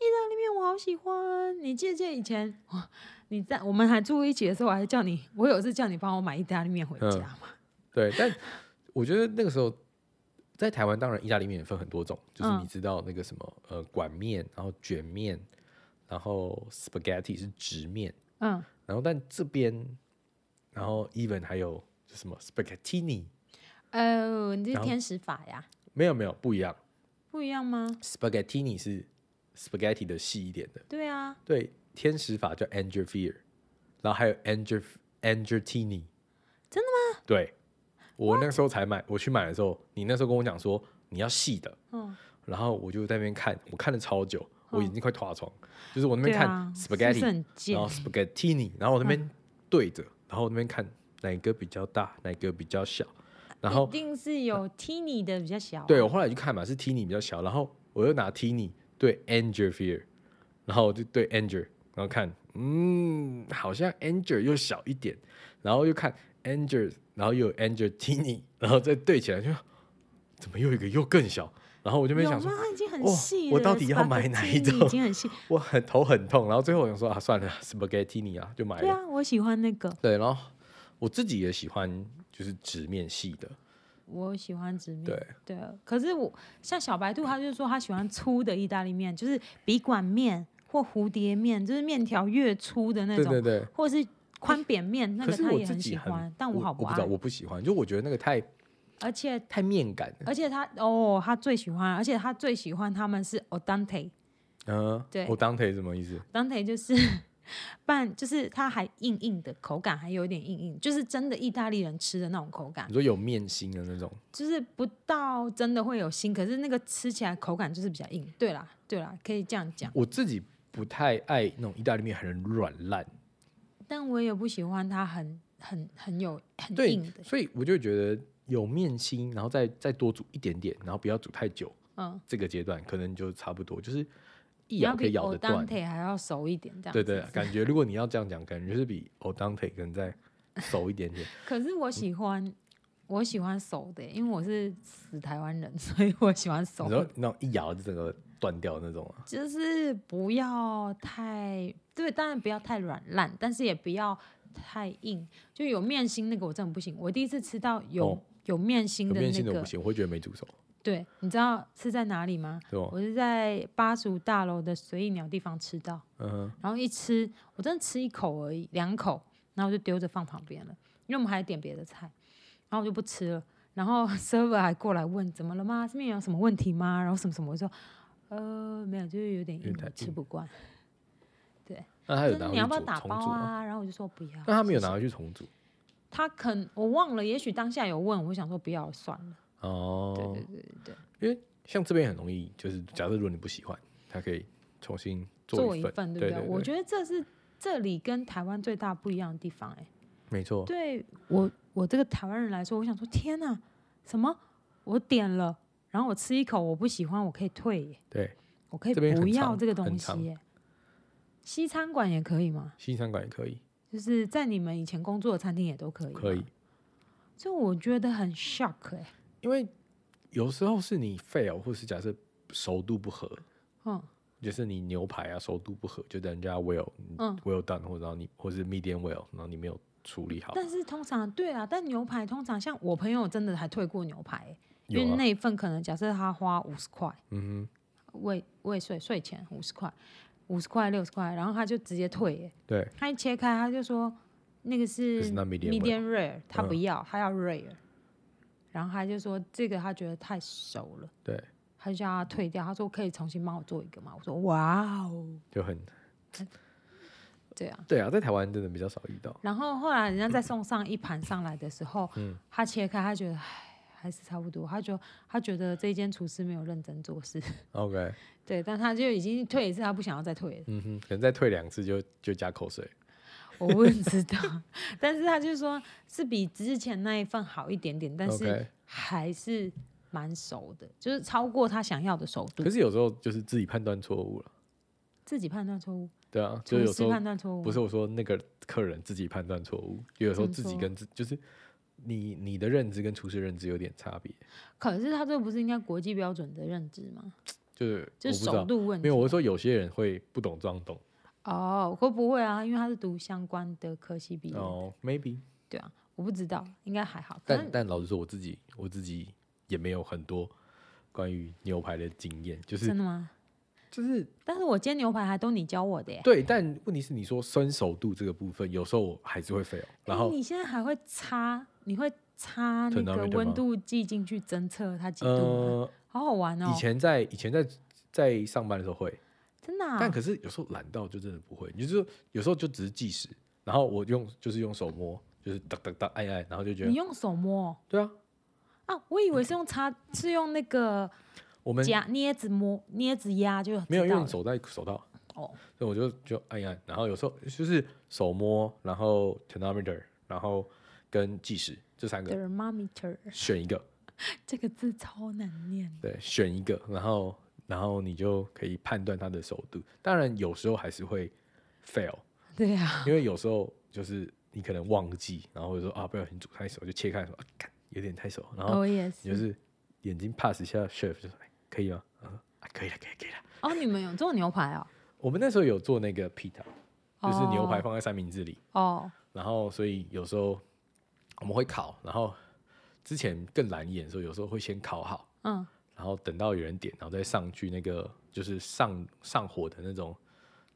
S2: 那里面我好喜欢。你记不记得以前哇你在我们还住一起的时候，我还叫你，我有一次叫你帮我买意大利面
S1: 嗯
S2: 回家嘛。
S1: 对，但我觉得那个时候在台湾，当然意大利面也分很多种，就是
S2: 嗯
S1: 你知道那个什么呃管面，然后卷面，然后 spaghetti 是直面，
S2: 嗯，
S1: 然后但这边，然后 even 还有就什么 spaghettini，
S2: 哦、你这
S1: 然
S2: 是
S1: 后
S2: 天使法呀，
S1: 没有没有不一样
S2: 不一样吗？
S1: ，spaghettini 是 spaghetti 的细一点的。
S2: 对啊，
S1: 对，天使法叫 Angerfier，然后还有 Anger Angertini。
S2: 真
S1: 的吗？对，我那时候才买，我去买的时候，你那时候跟我讲说你要细的，
S2: 嗯，
S1: 然后我就在那边看，我看了超久，我眼睛快脱床，就是我那
S2: 对
S1: 边看
S2: 啊，是不
S1: spaghetti，、
S2: 是很
S1: 然
S2: 贱嗯
S1: 后？spaghettini，然后我那边对着，然后我那边看哪个比较大，哪个比较小，然后
S2: 一定是有 Tini 的比较小、啊
S1: 对，我后来去看嘛，是 Tini 比较小，然后我又拿 Tini 对 Anger Fear，然后我就对 Anger，然后看，嗯，好像 Anger 又小一点，然后又看 Anger，然后又有 Anger Tini，然后再对起来就怎么又一个又更小，然后我就没
S2: 有
S1: 想
S2: 吗
S1: 说，？
S2: 已经很
S1: 哇
S2: 细了、
S1: 我到底要买哪一
S2: spaghetti
S1: 种
S2: 已经很细。
S1: 我很头很痛，然后最后我想说啊，算了，Spaghetti 啊，就买
S2: 对
S1: 了。
S2: 啊，我喜欢那个，
S1: 对，然后我自己也喜欢就是直面系的，
S2: 嗯我喜欢直面。
S1: 对
S2: 对，啊可是我像小白兔，他就说他喜欢粗的意大利面，就是笔管面或蝴蝶面，就是面条越粗的那
S1: 对
S2: 种，
S1: 对对。
S2: 或者是宽扁面，那
S1: 可
S2: 个
S1: 是
S2: 他
S1: 我
S2: 也
S1: 自己
S2: 喜
S1: 很，
S2: 欢，但我好
S1: 我不知
S2: 爱
S1: 道，。我不喜欢，就我觉得那个太
S2: 而且
S1: 太面感了。
S2: 而且他哦，他最喜欢，而且他最喜欢他们是 o d a n t e
S1: 嗯，
S2: 对
S1: 我当腿什么意思？
S2: d a n t e 就是 半，就是它还硬硬的口感，还有一点硬硬，就是真的意大利人吃的那种口感。
S1: 你说有面心的那种，
S2: 就是不到真的会有腥，可是那个吃起来口感就是比较硬。对啦，对啦，可以这样讲。
S1: 我自己不太爱那种意大利面很软烂，
S2: 但我也不喜欢它很很很有很
S1: 对
S2: 硬的，，
S1: 所以我就觉得有面心，然后再再多煮一点点，然后不要煮太久，
S2: 嗯，
S1: 这个阶段可能就差不多，就是一
S2: 你
S1: 咬
S2: 要
S1: 可以
S2: 比
S1: 咬
S2: o
S1: 得
S2: d a
S1: 断
S2: n。t e 还要熟一点这样子。
S1: 对对，感觉如果你要这样讲，感觉是比 o d a n t e 可能再熟一点 点。
S2: 可是我喜欢我喜欢熟的，因为我是死台湾人， 所以我喜欢熟
S1: 你
S2: 的
S1: 说，那种一咬就整个断掉那种啊？
S2: 就是不要太对，当然不要太软烂，但是也不要太硬。就有面心那个我真的不行，我第一次吃到有、
S1: 哦
S2: 有面心
S1: 有
S2: 的
S1: 面
S2: 那
S1: 心的我
S2: 个
S1: 不。行，我会觉得没煮熟，
S2: 对，你知道是在哪里吗？
S1: 对吧？
S2: 我是在巴蜀大楼的随意鸟地方吃到，
S1: 嗯哼，
S2: 然后一吃，我真的吃一口而已，两口，然后我就丢着放旁边了，因为我们还点别的菜，然后我就不吃了。然后 server 还过来问怎么了吗？这边有什么问题吗？然后什么什么，我说呃没有，就是有点
S1: 有
S2: 硬
S1: 点，太
S2: 我吃
S1: 硬
S2: 不惯。
S1: 那他
S2: 他
S1: 有
S2: 说
S1: 拿回
S2: 你
S1: 去
S2: 要不要
S1: 煮
S2: 打
S1: 重
S2: 包
S1: 煮吗？
S2: 啊？然后我就说不要。
S1: 那他没有
S2: 谢谢
S1: 拿，回去重煮
S2: 他肯我忘了，也许当下有问，我想说不要算了。
S1: 哦。
S2: 对对对对对，
S1: 像这边很容易，就是假设如果你不喜欢，它可以重新
S2: 做
S1: 一
S2: 一
S1: 份，
S2: 份，
S1: 对
S2: 对不
S1: 对
S2: 我觉得这是这里跟台湾最大不一样的地方、欸，哎，
S1: 没错，
S2: 对我我这个台湾人来说，我想说，天哪，什么？我点了，然后我吃一口，我不喜欢，我可以退、耶，
S1: 对，
S2: 我可以
S1: 这边
S2: 不
S1: 很
S2: 要
S1: 常
S2: 这个
S1: 很
S2: 东西、
S1: 常
S2: 耶。西餐馆也可以吗？
S1: 西餐馆也可以，
S2: 就是在你们以前工作的餐厅也都可以，啊
S1: 可以。，
S2: 就我觉得很 shock 哎、
S1: 因为有时候是你 fail，或是假设熟度不合，
S2: 嗯
S1: 就是你牛排啊熟度不合，就等人家 well
S2: 嗯。
S1: well done，或者然后你或是 medium well，然后你没有处理好，
S2: 但是通常对啊，但牛排通常像我朋友真的还退过牛排欸、因
S1: 有
S2: 为
S1: 啊，
S2: 那一份可能假设他花五十块，
S1: 嗯
S2: 未未税税前五十块，五十块六十块，然后他就直接退耶
S1: 哼，。对，
S2: 他一切开他就说那个是
S1: 可是那 medium rare 嗯
S2: medium rare，他不要，他要 rare。然后他就说这个他觉得太熟了，
S1: 对，
S2: 他就叫他退掉。他说可以重新帮我做一个吗？我说哇哦，
S1: 就很
S2: 这样。
S1: 对啊，在台湾真的比较少遇到，
S2: 然后后来人家再送上一盘上来的时候，
S1: 嗯
S2: 他切开，他觉得唉还是差不多，他就他觉得这间厨师没有认真做事，
S1: OK，
S2: 对，但他就已经退一次，他不想要再退了。
S1: 嗯哼，可能再退两次就就加口水，
S2: 我不知道， 但是他就说是比之前那一份好一点点，但是嗯
S1: OK
S2: 还是蛮熟的，就是超过他想要的熟度
S1: 可。是有时候就是自己判断错误了，
S2: 自己判断错误，
S1: 对啊，就
S2: 厨
S1: 有时
S2: 师
S1: 候
S2: 判断错误，
S1: 不是我说那个客人自己判断错误，就有时候
S2: 嗯
S1: 自
S2: 怎么
S1: 己
S2: 说
S1: 跟自就是你你的认知跟厨师认知有点差别，
S2: 可是他这不是应该国际标准的认知吗？
S1: 就是我
S2: 就
S1: 不
S2: 是
S1: 知
S2: 熟
S1: 道，
S2: 度问
S1: 没
S2: 题
S1: 有，。我是说有些人会不懂装懂
S2: 哦，会不会啊？因为他是读相关的科系毕业的，
S1: 哦，maybe，
S2: 对啊，我不知道，应该还好。可
S1: 但
S2: 能
S1: 但老实说，我自己我自己也没有很多关于牛排的经验，就是
S2: 真的吗？
S1: 就是
S2: 但是我煎牛排还都你教我的耶。
S1: 对，但问题是你说生熟度这个部分，有时候我还是会 fail，然
S2: 哎
S1: 后
S2: 你现在还会插，你会插那
S1: Turnometer
S2: 个
S1: 吗
S2: 温度计进去侦测它几度吗？
S1: 呃，
S2: 好好玩哦
S1: 以，前在以前在在上班的时候会，
S2: 真的、啊。
S1: 但可是有时候懒到就真的不会，你就是有时候就只是计时，然后我用就是用手摸，就是哒哒哒按一按，然后就觉
S2: 你
S1: 得
S2: 用手摸哦
S1: 对啊，
S2: 啊？我
S1: 嗯
S2: 以为是用插，是用那个
S1: 我们
S2: 夹镊子摸、镊子压就知道
S1: 没有
S2: 了
S1: 用手戴手套，
S2: 哦。
S1: 所以我就就按一按，然后有时候就是手摸，然后 tonometer，然后跟计时这三个
S2: Thermometer
S1: 选一个，
S2: 这个字超难念，
S1: 对，选一个，然后然后你就可以判断它的熟度。当然有时候还是会 fail，
S2: 对啊，
S1: 因为有时候就是你可能忘记，然后或者说啊不小心煮太熟，就切开说啊干有点太熟，然后
S2: 我也。
S1: 你就是是眼睛 pass 一下 chef 就说、哎可以吗？然后说啊可以了可以了可以了。
S2: 哦，你们有做牛排哦？
S1: 我们那时候有做那个 pita，就是牛排
S2: 哦
S1: 放在三明治里，
S2: 哦，
S1: 然后所以有时候我们会烤，然后之前更懒一点的时候，有时候会先烤好。
S2: 嗯，
S1: 然后等到有人点，然后再上去那个就是上上火的那种，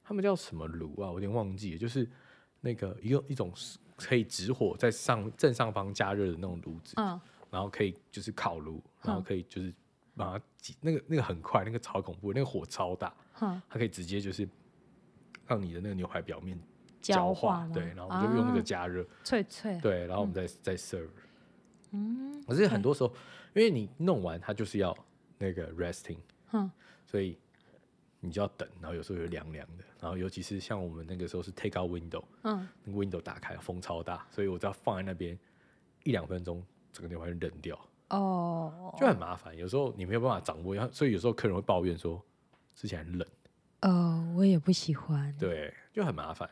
S1: 他们叫什么炉啊？我有点忘记了，就是那个一个一种是可以直火在上正上方加热的那种炉子，
S2: 嗯，
S1: 然后可以就是烤炉，
S2: 嗯
S1: 然后可以就是把它挤那个那个很快，那个超恐怖，那个火超大，
S2: 哼，
S1: 它可以直接就是让你的那个牛排表面
S2: 焦
S1: 化，
S2: 吗
S1: 对，然后我们就用那个
S2: 啊
S1: 加热，
S2: 脆脆，
S1: 对，然后我们再、再 serve。
S2: 嗯，
S1: 可是很多时候，因为你弄完它就是要那个 resting。
S2: 哼，
S1: 所以你就要等，然后有时候有凉凉的，然后尤其是像我们那个时候是 take out window，
S2: 嗯，
S1: 那个 window 打开风超大，所以我只要放在那边一两分钟，整个牛排就冷掉，
S2: 哦，
S1: 就很麻烦。有时候你没有办法掌握，然后所以有时候客人会抱怨说之前很冷，
S2: 哦，我也不喜欢。
S1: 对，就很麻烦。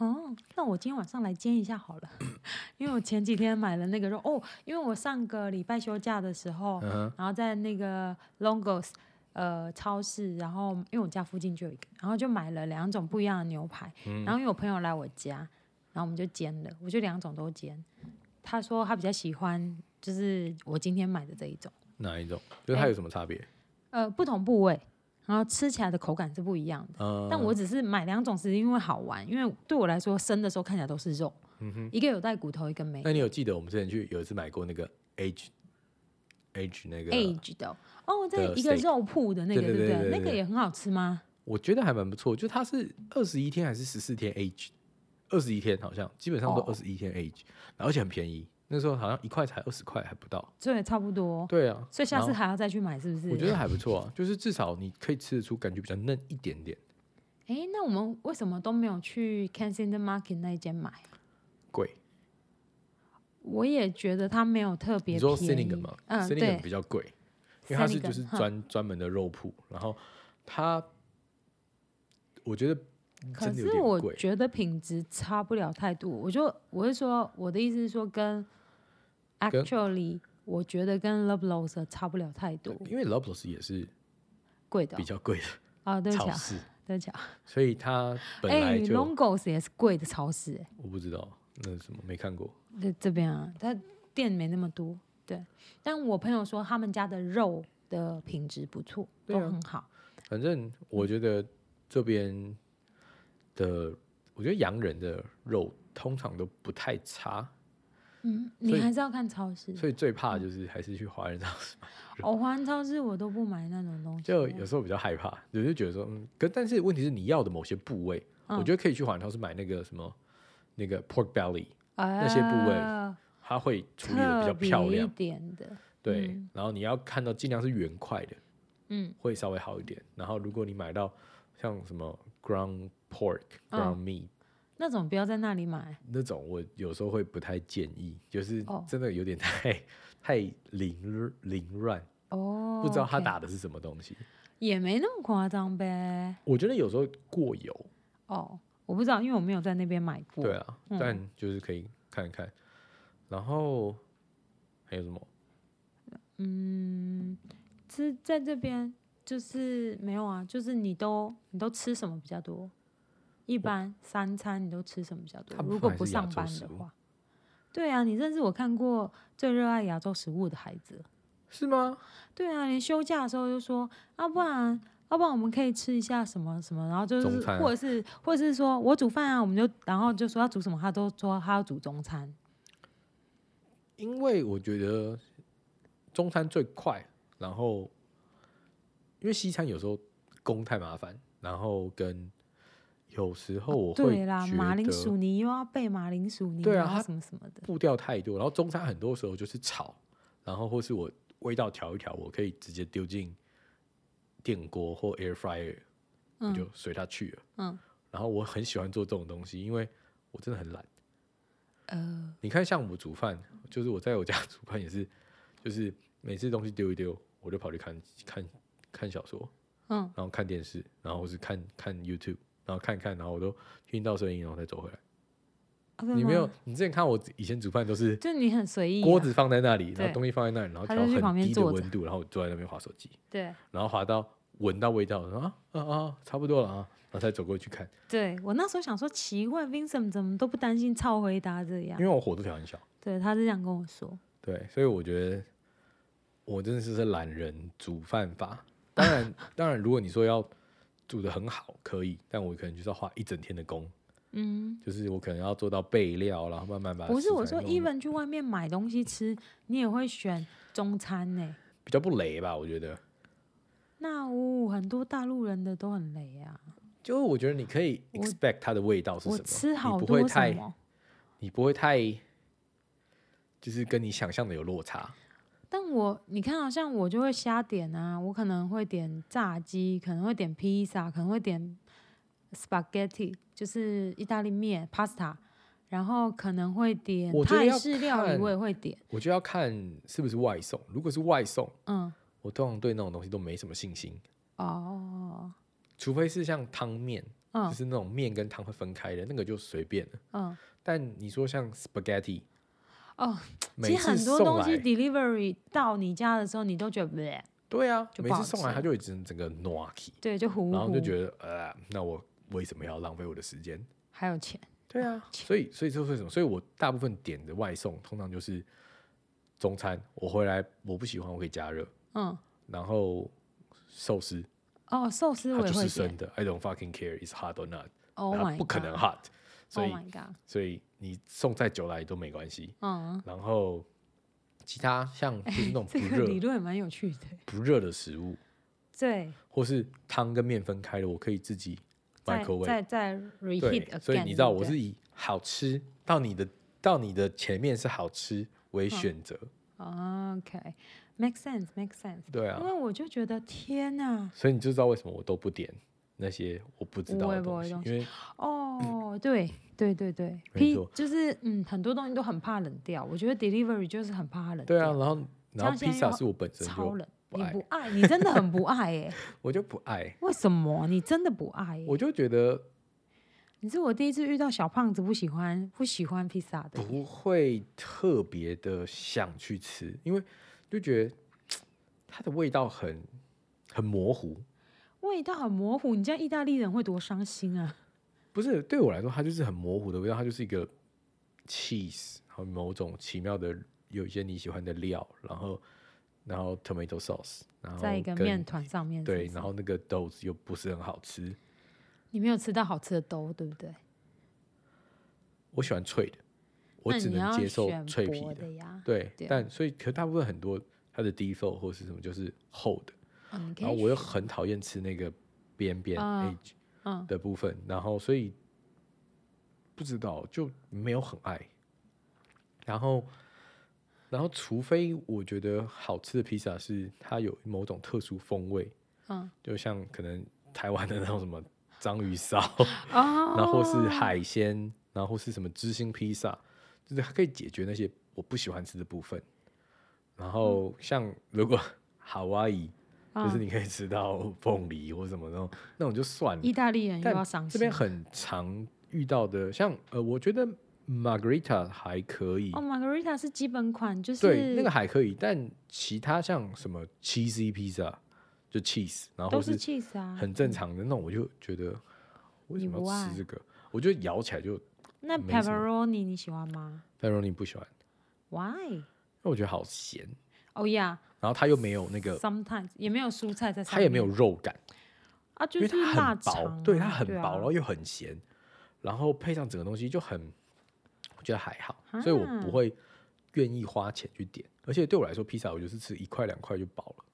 S2: 哦，那我今天晚上来煎一下好了， 因为我前几天买了那个肉哦，因为我上个礼拜休假的时候，
S1: 嗯哼，
S2: 然后在那个 Longos 呃超市，然后因为我家附近就有一个，然后就买了两种不一样的牛排，
S1: 嗯
S2: 然后因为我朋友来我家，然后我们就煎了，我就两种都煎。他说他比较喜欢就是我今天买的这一种，
S1: 哪一种？就是它有什么差别？
S2: 呃，不同部位，然后吃起来的口感是不一样的。
S1: 嗯，
S2: 但我只是买两种，是因为好玩，因为对我来说生的时候看起来都是肉，一个有带骨头，一个没
S1: 嗯那你有记得我们之前去有一次买过那个 age age 那个
S2: age 的哦哦，在
S1: 的
S2: 一个
S1: steak
S2: 肉铺的那个，
S1: 对
S2: 不
S1: 对对对对
S2: 那个也很好吃吗？
S1: 我觉得还蛮不错，就它是二十一天还是十四天 age，二十一天好像基本上都
S2: 哦
S1: 二十一天 age，、然后而且很便宜，那时候好像一块才二十块还不到。
S2: 这也差不多，
S1: 对啊，
S2: 哦所以下次
S1: 然后
S2: 还要再去买，是不是？
S1: 我觉得还不错啊， 就是至少你可以吃得出感觉比较嫩一点点，
S2: 哎，那我们为什么都没有去 Kensington Market 那一间买？
S1: 贵。
S2: 我也觉得它没有特别
S1: 你说 s i n
S2: 便
S1: i
S2: 宜
S1: g a n 吗、
S2: 嗯，
S1: s i n i g a n
S2: 对
S1: 比较贵，因为它是
S2: Sinigang，
S1: 就是
S2: 哼
S1: 专专门的肉铺，然后它我觉得
S2: 可
S1: 真的
S2: 是
S1: 有点
S2: 我
S1: 贵。
S2: 觉得品质差不了太多。我就我是说，我的意思是说跟，
S1: 跟
S2: actually，我觉得跟 Love Loser 差不了太多，
S1: 因为 Loblos 也是
S2: 贵的
S1: 比较贵的
S2: 啊、 对不
S1: 超
S2: 起啊，
S1: 市，
S2: 对不起啊。
S1: 所以它本
S2: 哎、
S1: 来
S2: l
S1: 就
S2: o n g o s 也是贵的超市、哎
S1: 我不知道那是什么没看过。
S2: 这这边啊，它店没那么多，对。但我朋友说他们家的肉的品质不错，
S1: 对
S2: 都
S1: 啊
S2: 很好。
S1: 反正我觉得这边的，我觉得洋人的肉通常都不太差，
S2: 嗯，
S1: 所
S2: 你
S1: 以
S2: 还是要看超市。
S1: 所以最怕的就是还是去华人超市买，
S2: 哦，华人超市我都不买那种东西
S1: 就
S2: 了。
S1: 有时候比较害怕，有就觉得说，嗯，可但是问题是你要的某些部位，我
S2: 嗯
S1: 觉得可以去华人超市买那个什么那个 pork belly，
S2: 那
S1: 些部位
S2: 位
S1: 它会处理的比较漂亮
S2: 啊一，点的，
S1: 对，然后你要看到尽量是圆块的，
S2: 嗯，
S1: 会稍微好一点。然后如果你买到像什么 ground pork、
S2: 嗯
S1: ground meat、
S2: 那种不要在那里买。
S1: 那种，我有时候会不太建议，就是
S2: 哦
S1: 真的有点太、太凌凌乱，
S2: 哦，
S1: 不知道他
S2: OK
S1: 打的是什么东西。
S2: 也没那么夸张呗。
S1: 我觉得有时候过油，
S2: 哦，我不知道，因为我没有在那边买过。
S1: 对啊，
S2: 嗯
S1: 但就是可以看看。然后还有什么？
S2: 嗯，吃在这边就是没有啊，就是你都你都吃什么比较多？一般三餐你都吃什么比较多
S1: 大？部
S2: 如
S1: 分
S2: 果
S1: 还
S2: 不
S1: 是亚
S2: 上
S1: 洲
S2: 班
S1: 食
S2: 的
S1: 物
S2: 话，对啊，你认识我看过最热爱亚洲食物的孩子。
S1: 是吗？
S2: 对啊，连休假的时候就说，要、不然，要、不然我们可以吃一下什么什么，然后就
S1: 中
S2: 是、
S1: 餐啊
S2: 或者是或者是说我煮饭啊，我们就然后就说要煮什么，他都说他要煮中餐。
S1: 因为我觉得中餐最快，然后因为西餐有时候工太麻烦，然后跟有时候我会
S2: 哦对啦，
S1: 觉
S2: 马铃
S1: 得
S2: 薯泥又要备马铃薯泥，
S1: 对啊
S2: 然后
S1: 它
S2: 什么什么的。
S1: 步调太多，然后中餐很多时候就是炒，然后或是我味道调一调，我可以直接丢进电锅或 air fryer，、我就
S2: 嗯
S1: 随它去了。
S2: 嗯，
S1: 然后我很喜欢做这种东西，因为我真的很懒。
S2: 呃，
S1: 你看，像我煮饭，就是我在我家 煮饭也是，就是每次东西丢一丢，我就跑去看看看小说，
S2: 嗯，
S1: 然后看电视，然后或是看看 YouTube，然后看一看，然后我都听到声音，然后再走回来。
S2: 啊真的
S1: 你没有
S2: 吗，，
S1: 你之前看我以前煮饭都是
S2: 就你很随意啊、
S1: 锅子放在那里，然后
S2: 对
S1: 东西放在那里，然后
S2: 他
S1: 调
S2: 就去旁
S1: 很
S2: 边
S1: 低的
S2: 坐着
S1: 温度，然后我坐在那边划手机，
S2: 对
S1: 然后划到闻到味道，然后啊啊啊，差不多了啊，然后才走过去看，
S2: 对，我那时候想说奇怪，Vincent 怎么都不担心超回答这样
S1: 因？为我火都调很小，
S2: 对，他是这样跟我说。
S1: 对，所以我觉得我真的是懒人煮饭法。当 然，当然，如果你说要煮的很好，可以，但我可能就是要花一整天的工，
S2: 嗯，
S1: 就是我可能要做到备料，然后慢慢把
S2: 不是
S1: 食
S2: 我
S1: 材
S2: 说
S1: 弄
S2: ，even 去外面买东西吃，你也会选中餐呢、
S1: 比较不雷吧，我觉得。
S2: 那呜，很多大陆人的都很雷啊！
S1: 就是我觉得你可以
S2: 我
S1: expect 它的味道是什
S2: 我
S1: 么，
S2: 吃好
S1: 你不会
S2: 多
S1: 太
S2: 什么，
S1: 你不会太，就是跟你想象的有落差。
S2: 但我你看，好像我就会瞎点啊，我可能会点炸鸡，可能会点披萨，可能会点 spaghetti，就是意大利面 pasta，然后可能会点
S1: 我觉得
S2: 泰
S1: 要
S2: 式料理，
S1: 看
S2: 我也会点，
S1: 我就要看是不是外送，如果是外送，
S2: 嗯，
S1: 我通常对那种东西都没什么信心，
S2: 哦，
S1: 除非是像汤面，就
S2: 嗯
S1: 是那种面跟汤会分开的，那个就随便了。
S2: 嗯，
S1: 但你说像 spaghetti，
S2: 哦，
S1: 每
S2: 其
S1: 次
S2: 实很多
S1: 送
S2: 东西
S1: 来
S2: delivery 到你家的时候，你都觉得bleh，
S1: 对啊，
S2: 就
S1: 每
S2: 不
S1: 次
S2: 好
S1: 送来
S2: 吃
S1: 它就已经整个 n o k
S2: 对，就糊糊，
S1: 然后就觉得呃，那我为什么要浪费我的时间？
S2: 还有钱，
S1: 对啊，所以所以这是为什么？所以我大部分点的外送通常就是中餐，我回来我不喜欢，我可以加热，
S2: 嗯，
S1: 然后寿司
S2: 哦，寿司
S1: 它
S2: 我也
S1: 就是
S2: 会
S1: 生
S2: 点
S1: 的，I don't fucking care is hot or not，
S2: ，Oh
S1: 它
S2: my，
S1: 不可能 hot，所
S2: god，Oh
S1: 以
S2: my god，
S1: 所以你送再久来都没关系。
S2: 嗯，
S1: 然后其他像就是那种不
S2: 哎这个理
S1: 热
S2: 论也蛮有趣的，
S1: 不热的食物，
S2: 对。
S1: 或是汤跟面分开的，我可以自己
S2: 再
S1: microwave。
S2: 再再 reheat
S1: 对
S2: again。，
S1: 所以你知道我
S2: 对不对
S1: 是以好吃到你的到你的前面是好吃
S2: 嗯
S1: 为选择，
S2: OK，make 哦 sense，make sense。
S1: 对
S2: 因
S1: 啊，
S2: 为我就觉得天哪，
S1: 所以你就知道为什么我都不点那些我不知道
S2: 无微
S1: 的
S2: 不
S1: 东
S2: 微
S1: 西
S2: 东，西
S1: 因为
S2: 哦，对对对对
S1: 啊没
S2: ，P
S1: 错
S2: 就是嗯，很多东西都很怕冷掉。我觉得 delivery 就是很怕它冷
S1: 对
S2: 掉，
S1: 啊，然后然后
S2: 像现
S1: 披
S2: 在
S1: 萨
S2: 又
S1: 是我本身
S2: 超
S1: 就
S2: 冷。
S1: 不
S2: 你
S1: 爱
S2: 不爱，你真的很不爱耶、
S1: 我就不爱，
S2: 为什么？你真的不爱耶、
S1: 我就觉得
S2: 你是我第一次遇到小胖子不喜欢不喜欢披萨的，
S1: 不会特别的想去吃，因为就觉得它的味道很很模糊。
S2: 味道很模糊。你这样意大利人会多伤心啊！
S1: 不是对我来说，它就是很模糊的味道，它就是一个 cheese，然后某种奇妙的有一些你喜欢的料，然后然后 tomato sauce，然后
S2: 在一个
S1: 跟
S2: 面团上面是不
S1: 对
S2: 是，，
S1: 然后那个豆子又不是很好吃。
S2: 你没有吃到好吃的兜，对不对？
S1: 我喜欢脆的，我我
S2: 那
S1: 只
S2: 你
S1: 能
S2: 要
S1: 接受
S2: 选
S1: 脆皮
S2: 薄
S1: 的。
S2: 的呀。
S1: 对，
S2: 对啊
S1: 但所以可大部分很多它的 default 或是什么就是厚的，
S2: 嗯，可
S1: 然后
S2: 以
S1: 我又
S2: 选
S1: 很讨厌吃那个边边
S2: 啊
S1: edge
S2: 嗯
S1: 的部分，然后所以不知道就没有很爱。然后，然后除非我觉得好吃的披萨是它有某种特殊风味，
S2: 嗯
S1: 就像可能台湾的那种什么章鱼烧，
S2: 哦，
S1: 然后是海鲜，然后是什么芝心披萨，就是它可以解决那些我不喜欢吃的部分。然后像如果 夏威夷，就是
S2: 嗯
S1: 你可以吃到凤梨或什么那种，那种就算了。
S2: 意大利人又要
S1: 但
S2: 伤心。
S1: 这边很常遇到的，像呃，我觉得 Margarita 还可以，
S2: 哦，Margarita 是基本款，就是
S1: 对，那个还可以，但其他像什么 cheesy pizza 就 cheese，然后
S2: 都
S1: 或
S2: 是
S1: 是
S2: cheese 啊，
S1: 很正常的那种，我就觉得为什
S2: 你
S1: 么
S2: 不
S1: 要
S2: 爱
S1: 吃这个？我觉得咬起来就
S2: 那
S1: 没什么
S2: pepperoni 你喜欢吗
S1: p e p r o n i 不喜欢，
S2: ？Why？
S1: 因为我觉得好咸，
S2: 哦呀
S1: 然后它又没有那个，
S2: ，sometimes 也没有蔬菜在上面，
S1: 它也没有肉感，
S2: 啊，就
S1: 因为
S2: 是
S1: 它
S2: 腊
S1: 很
S2: 肠啊，
S1: 薄，对，它很
S2: 啊
S1: 薄，然后又很咸，然后配上整个东西就很，我觉得还好，所以我不
S2: 啊
S1: 会愿意花钱去点。而且对我来说，披萨我就是吃一块两块就饱了，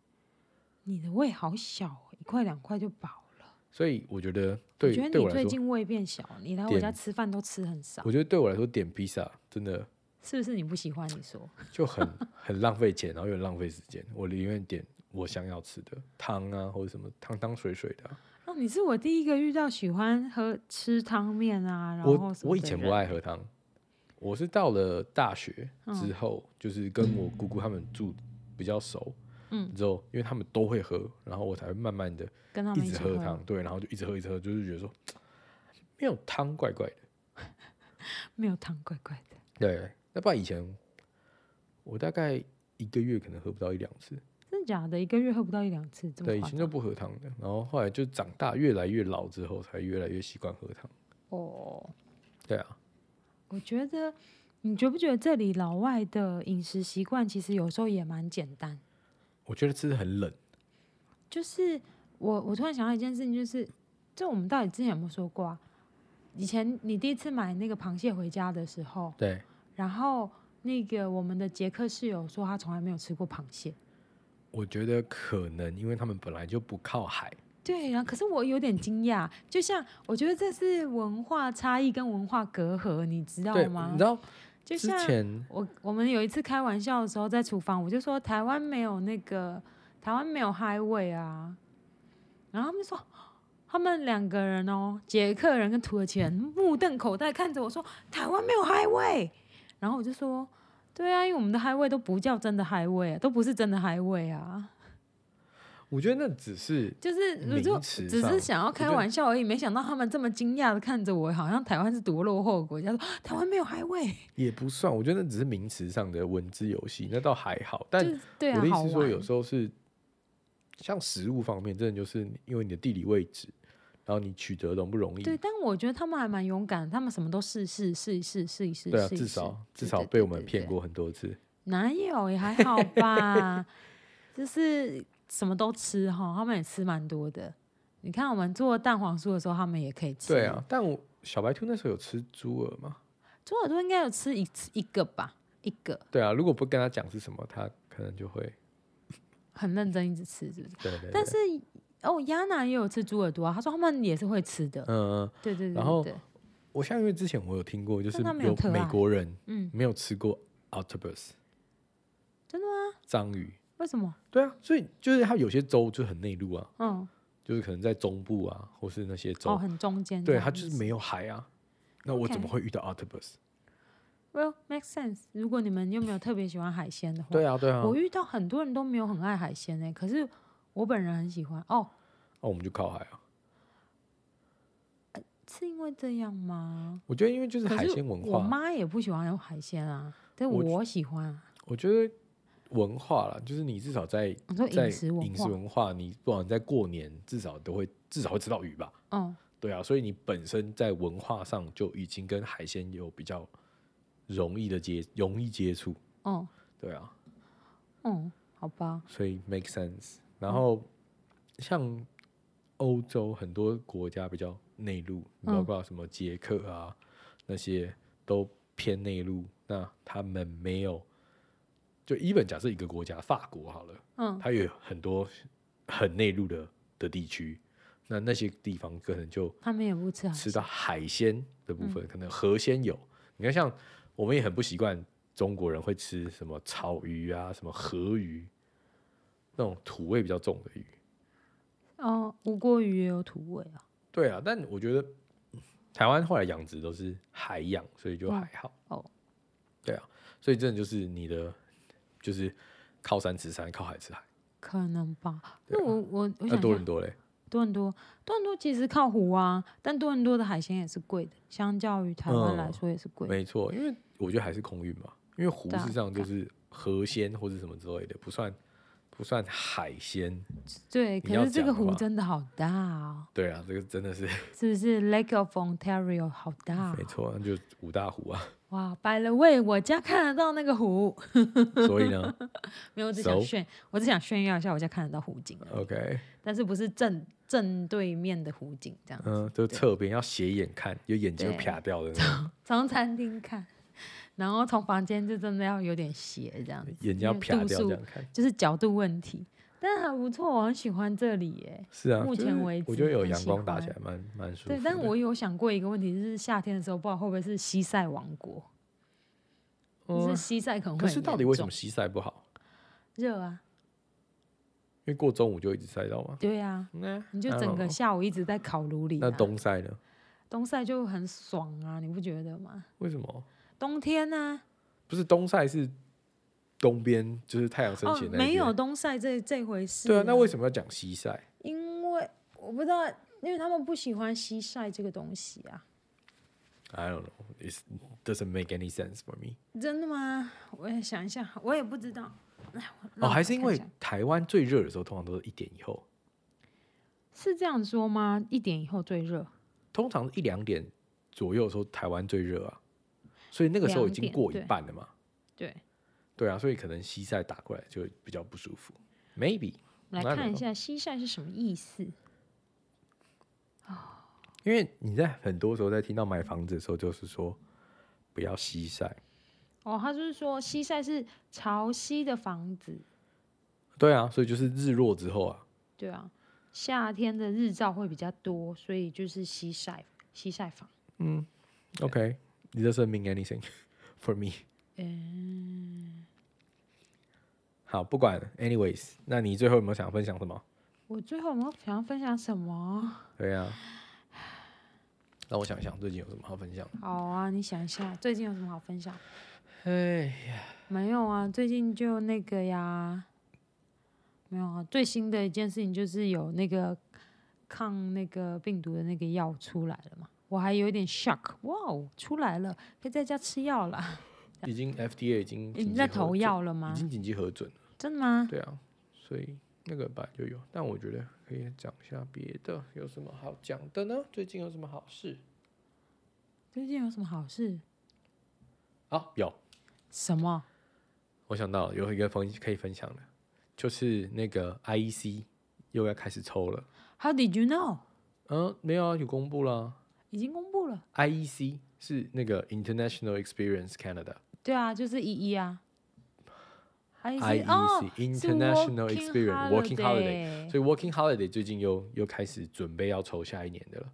S2: 你的胃好小哦，一块两块就饱了。
S1: 所以我觉得
S2: 我
S1: 对
S2: 觉得
S1: 对
S2: 你
S1: 我来
S2: 最
S1: 说，
S2: 近胃变小，你来我
S1: 点
S2: 家吃饭都吃很少，
S1: 我觉得对我来说点披萨真的
S2: 是不是你不喜欢？你说
S1: 就很很浪费钱，然后又很浪费时间。我宁愿点我想要吃的汤啊，或者什么汤汤水水的啊、
S2: 那、哦你是我第一个遇到喜欢喝吃汤面啊，然后
S1: 我
S2: 什么
S1: 我以
S2: 的
S1: 前不
S2: 人嗯
S1: 爱喝汤，我是到了大学之后，就是跟我姑姑他们住比较熟，
S2: 嗯，
S1: 之后因为他们都会喝，然后我才会慢慢的
S2: 跟他
S1: 一
S2: 们
S1: 直
S2: 起
S1: 喝
S2: 喝
S1: 汤，对，然后就一直喝一直喝，就是觉得说没有汤怪怪的，
S2: 没有汤怪怪的，
S1: 对，那不然以前我大概一个月可能喝不到一两次，
S2: 真的假的？一个月喝不到一两次，这么
S1: 对，以
S2: 夸
S1: 前就
S2: 张
S1: 不喝汤的，然后后来就长大越来越老之后，才越来越习惯喝汤，
S2: 哦。
S1: 对啊，
S2: 我觉得你觉不觉得这里老外的饮食习惯其实有时候也蛮简单？
S1: 我觉得吃的很冷，
S2: 就是我我突然想到一件事情，就是这我们到底之前有没有说过啊？以前你第一次买那个螃蟹回家的时候，
S1: 对，
S2: 然后那个我们的捷克室友说他从来没有吃过螃蟹，
S1: 我觉得可能因为他们本来就不靠海。
S2: 对，然后可是我有点惊讶，就像我觉得这是文化差异跟文化隔阂，你知道
S1: 对，
S2: 吗
S1: 你知？道
S2: 就
S1: 之
S2: 像
S1: 前
S2: 我我们有一次开玩笑的时候，在厨房我就说台湾没有那个台湾没有 highway 啊，然后他们就说他们两个人哦，捷克人跟土耳其人目瞪口呆看着我说台湾没有 highway，然后我就说对啊，因为我们的 highway 都不叫真的 highway 啊，都不是真的 highway 啊，
S1: 我觉得那只是
S2: 就是我就
S1: 名词
S2: 只是
S1: 上
S2: 想要
S1: 觉
S2: 开
S1: 得
S2: 玩笑而已，没想到他们这么惊讶的看着我，好像台湾是多落后的国家，说台湾没有 highway，
S1: 也不算，我觉得那只是名词上的文字游戏，那倒还好。 但
S2: 就是对啊，
S1: 我的意
S2: 好
S1: 思是说，
S2: 玩
S1: 有时候是像食物方面，真的就是因为你的地理位置，然后你取得容不容易，
S2: 对，但我觉得他们还蛮勇敢，他们什么都试试试一试试一试，
S1: 对啊，
S2: 试一
S1: 至
S2: 试
S1: 少至
S2: 对
S1: 少
S2: 对
S1: 被
S2: 对
S1: 我们
S2: 对
S1: 骗
S2: 对
S1: 过很多次。
S2: 哪有也还好 吧，就是什么都吃哈，他们也吃蛮多的。你看我们做蛋黄酥的时候，他们也可以吃。
S1: 对啊，，但我小白兔那时候有吃猪耳吗？
S2: 猪耳朵应该有吃一次一个吧，一个
S1: 对啊，如果不跟他讲是什么，他可能就会
S2: 很认真一直吃，是不是？
S1: 对对对。
S2: 但是哦，亚娜也有吃猪耳朵啊，她说他们也是会吃的。
S1: 嗯、
S2: 对对对对
S1: 然后
S2: 对
S1: 我像因为之前我有听过，就是
S2: 但他们有
S1: 有
S2: 特
S1: 美
S2: 爱
S1: 国人
S2: 嗯，
S1: 没有吃过 octopus
S2: 真的吗？
S1: 章鱼。
S2: 为什么？
S1: 对啊，所以就是它有些州就很内陆啊，
S2: 嗯，
S1: 就是可能在中部啊，或是那些州，
S2: 哦，很中间这
S1: 对
S2: 样
S1: 它
S2: 子。
S1: 就是没有海啊。那我怎么
S2: OK
S1: 会遇到 octopus？
S2: Well, make sense。如果你们又没有特别喜欢海鲜的话，
S1: 对啊，对啊。
S2: 我
S1: 哦，
S2: 遇到很多人都没有很爱海鲜呢、可是我本人很喜欢。哦，
S1: 我们就靠海啊。
S2: 是因为这样吗？
S1: 我觉得因为就是
S2: 可
S1: 海
S2: 是
S1: 鲜文
S2: 我
S1: 化，
S2: 妈也不喜欢有海鲜啊，但
S1: 我
S2: 我喜欢啊。
S1: 我觉得文化啦，就是你至少在
S2: 我说
S1: 在
S2: 饮食文
S1: 饮食
S2: 化，
S1: 文化，你不管在过年，至少都会至少会吃到鱼吧。
S2: 嗯，
S1: 对啊，所以你本身在文化上就已经跟海鲜有比较容易的接容易接触，
S2: 哦，
S1: 对啊。
S2: 嗯，好吧，
S1: 所以 make sense。然后、像欧洲很多国家比较内陆，
S2: 嗯
S1: 包括什么捷克啊、那些都偏内陆，那他们没有，就 even 假设一个国家，法国好了，
S2: 嗯，
S1: 它有很多很内陆的的地区，那那些地方可能就
S2: 他们也不吃海
S1: 吃
S2: 鲜，
S1: 到海鲜的部
S2: 嗯
S1: 分，可能河鲜有。你看，像我们也很不习惯中国人会吃什么草鱼啊，什么河鱼，那种土味比较重的鱼。
S2: 哦，无锅鱼也有土味啊。
S1: 对啊，但我觉得台湾后来养殖都是海养，所以就还好。
S2: 哦，
S1: 对啊，所以真的就是你的就是靠山吃山，靠海吃海。
S2: 可能吧，因
S1: 对
S2: 为我我我
S1: 那
S2: 想
S1: 多
S2: 想
S1: 伦多嘞，
S2: 多伦多，多伦多其实靠湖啊，但多伦多的海鲜也是贵的，相较于台湾来
S1: 嗯
S2: 说也是贵的。
S1: 没错，因为我觉得还是空运嘛，因为湖
S2: 对啊
S1: 事实上就是河鲜或者什么之类的，不算不算海鲜。
S2: 对，
S1: 你要
S2: 可是这
S1: 讲
S2: 个
S1: 的
S2: 湖
S1: 话
S2: 真的好大哦，
S1: 对啊，这个真的是
S2: 是不是？Lake of Ontario 好大、哦
S1: 没，错，那就五大湖啊。
S2: 哇！By the way，我家看得到那个湖，
S1: 所以呢
S2: 没有，我只想
S1: So？
S2: 炫，我只想炫耀一下我家看得到湖景而已，
S1: ，OK，
S2: 但是不是正正对面的湖景这样子，
S1: 嗯，就侧边要斜眼看，有眼睛会
S2: 对
S1: 撇掉的 那种，
S2: 从餐厅看，然后从房间就真的要有点斜这样子，
S1: 眼睛要
S2: 因为
S1: 撇
S2: 度
S1: 掉
S2: 数
S1: 这样看。
S2: 就是角度问题，但还不错，我很喜欢这里耶。
S1: 是啊，
S2: 目
S1: 就是
S2: 前为止
S1: 我觉得有
S2: 很
S1: 阳
S2: 喜
S1: 光打
S2: 欢
S1: 起来蛮蛮舒服
S2: 对
S1: 的。，
S2: 但我有想过一个问题，就是夏天的时候，不知道会不会是西晒王国，就是
S1: 嗯
S2: 西晒可能会
S1: 可
S2: 很
S1: 是到
S2: 严
S1: 底为什
S2: 重
S1: 么西晒不好？
S2: 热啊？
S1: 因为过中午就一直晒到吗？
S2: 对啊，
S1: 那
S2: 你就整个下午一直在烤炉里、啊。
S1: 哦那冬晒呢？
S2: 冬晒就很爽啊，你不觉得吗？
S1: 为什么？
S2: 冬天啊呢、
S1: 不是冬晒是东边，就是太阳升
S2: 哦
S1: 起，那一
S2: 没有
S1: 边。
S2: 冬晒这这回事、
S1: 对啊，那为
S2: 我
S1: 什么要讲西晒？
S2: 因为我不知道，因为他们不喜欢西晒这个东西啊。
S1: I don't know. It doesn't make any sense for me.
S2: 真的吗？我也想一下，我也不知道。哎我让
S1: 哦，
S2: 我
S1: 还是因
S2: 看一
S1: 为
S2: 下
S1: 台湾最热的时候，通常都是一点以后，
S2: 是这样说吗？一点以后最热。
S1: 通常一两点左右的时候，台湾最热啊。所以那个时候已
S2: 两
S1: 经
S2: 点
S1: 过一
S2: 对
S1: 半了嘛。
S2: 对，
S1: 对啊，所以可能西晒打过来就比较不舒服。Maybe，
S2: 我
S1: 哪
S2: 们来
S1: 里哦
S2: 看一
S1: 有
S2: 下西晒是什么意思。
S1: 因为你在很多时候在听到买房子的时候，就是说不要西晒。
S2: 哦，他就是说西晒是潮汐的房子，
S1: 对啊，所以就是日落之后啊，
S2: 对啊，夏天的日照会比较多，所以就是西晒西晒房。
S1: OK，你 doesn't mean anything for me。好，不管，anyways，那你最后有没有想分享什么？
S2: 我最后有没有想要分享什么？
S1: 对呀、啊，让我想想最近有什么好分享的。
S2: 好啊，你想一下，最近有什么好分享？
S1: 哎，
S2: 没有啊，最近就那个呀，没有啊。最新的一件事情就是有那个抗那个病毒的那个药出来了嘛，我还有一点 shock，哇哦，出来了，可以在家吃药了。
S1: 已经 FDA 已经嗯
S2: 你
S1: 紧急
S2: 在
S1: 核
S2: 投
S1: 准，
S2: 药了
S1: 已
S2: 吗？
S1: 经紧急核准了。
S2: 真的吗？
S1: 对啊，所以那个版就有，但我觉得可以讲一下别的，有什么好讲的呢？最近有什么好事？
S2: 最近有什么好事？
S1: 啊，有，
S2: 什么？
S1: 我想到了有一个分可以分享的，就是那个 IEC 又要开始抽了。
S2: How did you know？
S1: 嗯，没有啊，有公布啦。
S2: 已经公布了。
S1: IEC 是那个 International Experience Canada
S2: 对啊，就是一一啊。还是哦
S1: IEC
S2: 是
S1: E International
S2: working
S1: Experience Working Holiday，
S2: holiday
S1: 所以 Working Holiday 最近又又开始准备要抽下一年的了，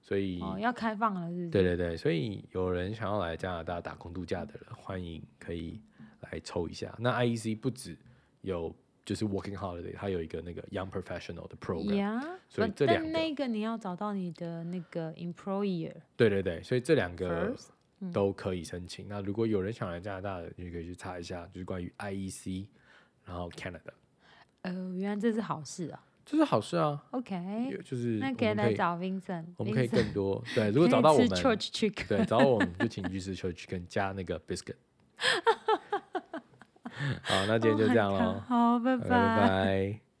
S1: 所以、
S2: 哦，要开放了，是不是？
S1: 对对对，所以有人想要来加拿大打工度假的人，欢迎可以来抽一下。那 IEC 不止有就是 Working Holiday，它有一个那个 Young Professional 的 program，
S2: 呀，
S1: 所以
S2: 不
S1: 这两
S2: 但
S1: 个
S2: 那个你要找到你的那个 employer
S1: 对对对，所以这两个
S2: First，嗯
S1: 都可以申请。那如果有人想来加拿大的，你可以去查一下，就是关于 IEC，然后 Canada，
S2: 呃，原来这是好事啊。
S1: 这是好事啊，
S2: OK，
S1: 有就是
S2: 那
S1: 我
S2: 可以
S1: 们可
S2: 来
S1: 以
S2: 找 Vincent，
S1: 我们可以
S2: Vincent
S1: 更多 对，如果找到我
S2: 可以
S1: 们
S2: 吃 church chicken，
S1: 对，找到我们就请你去吃 church 跟加那个 biscuit。好，那今天就这样
S2: Oh my god，
S1: 喽，
S2: 好，拜
S1: 拜拜。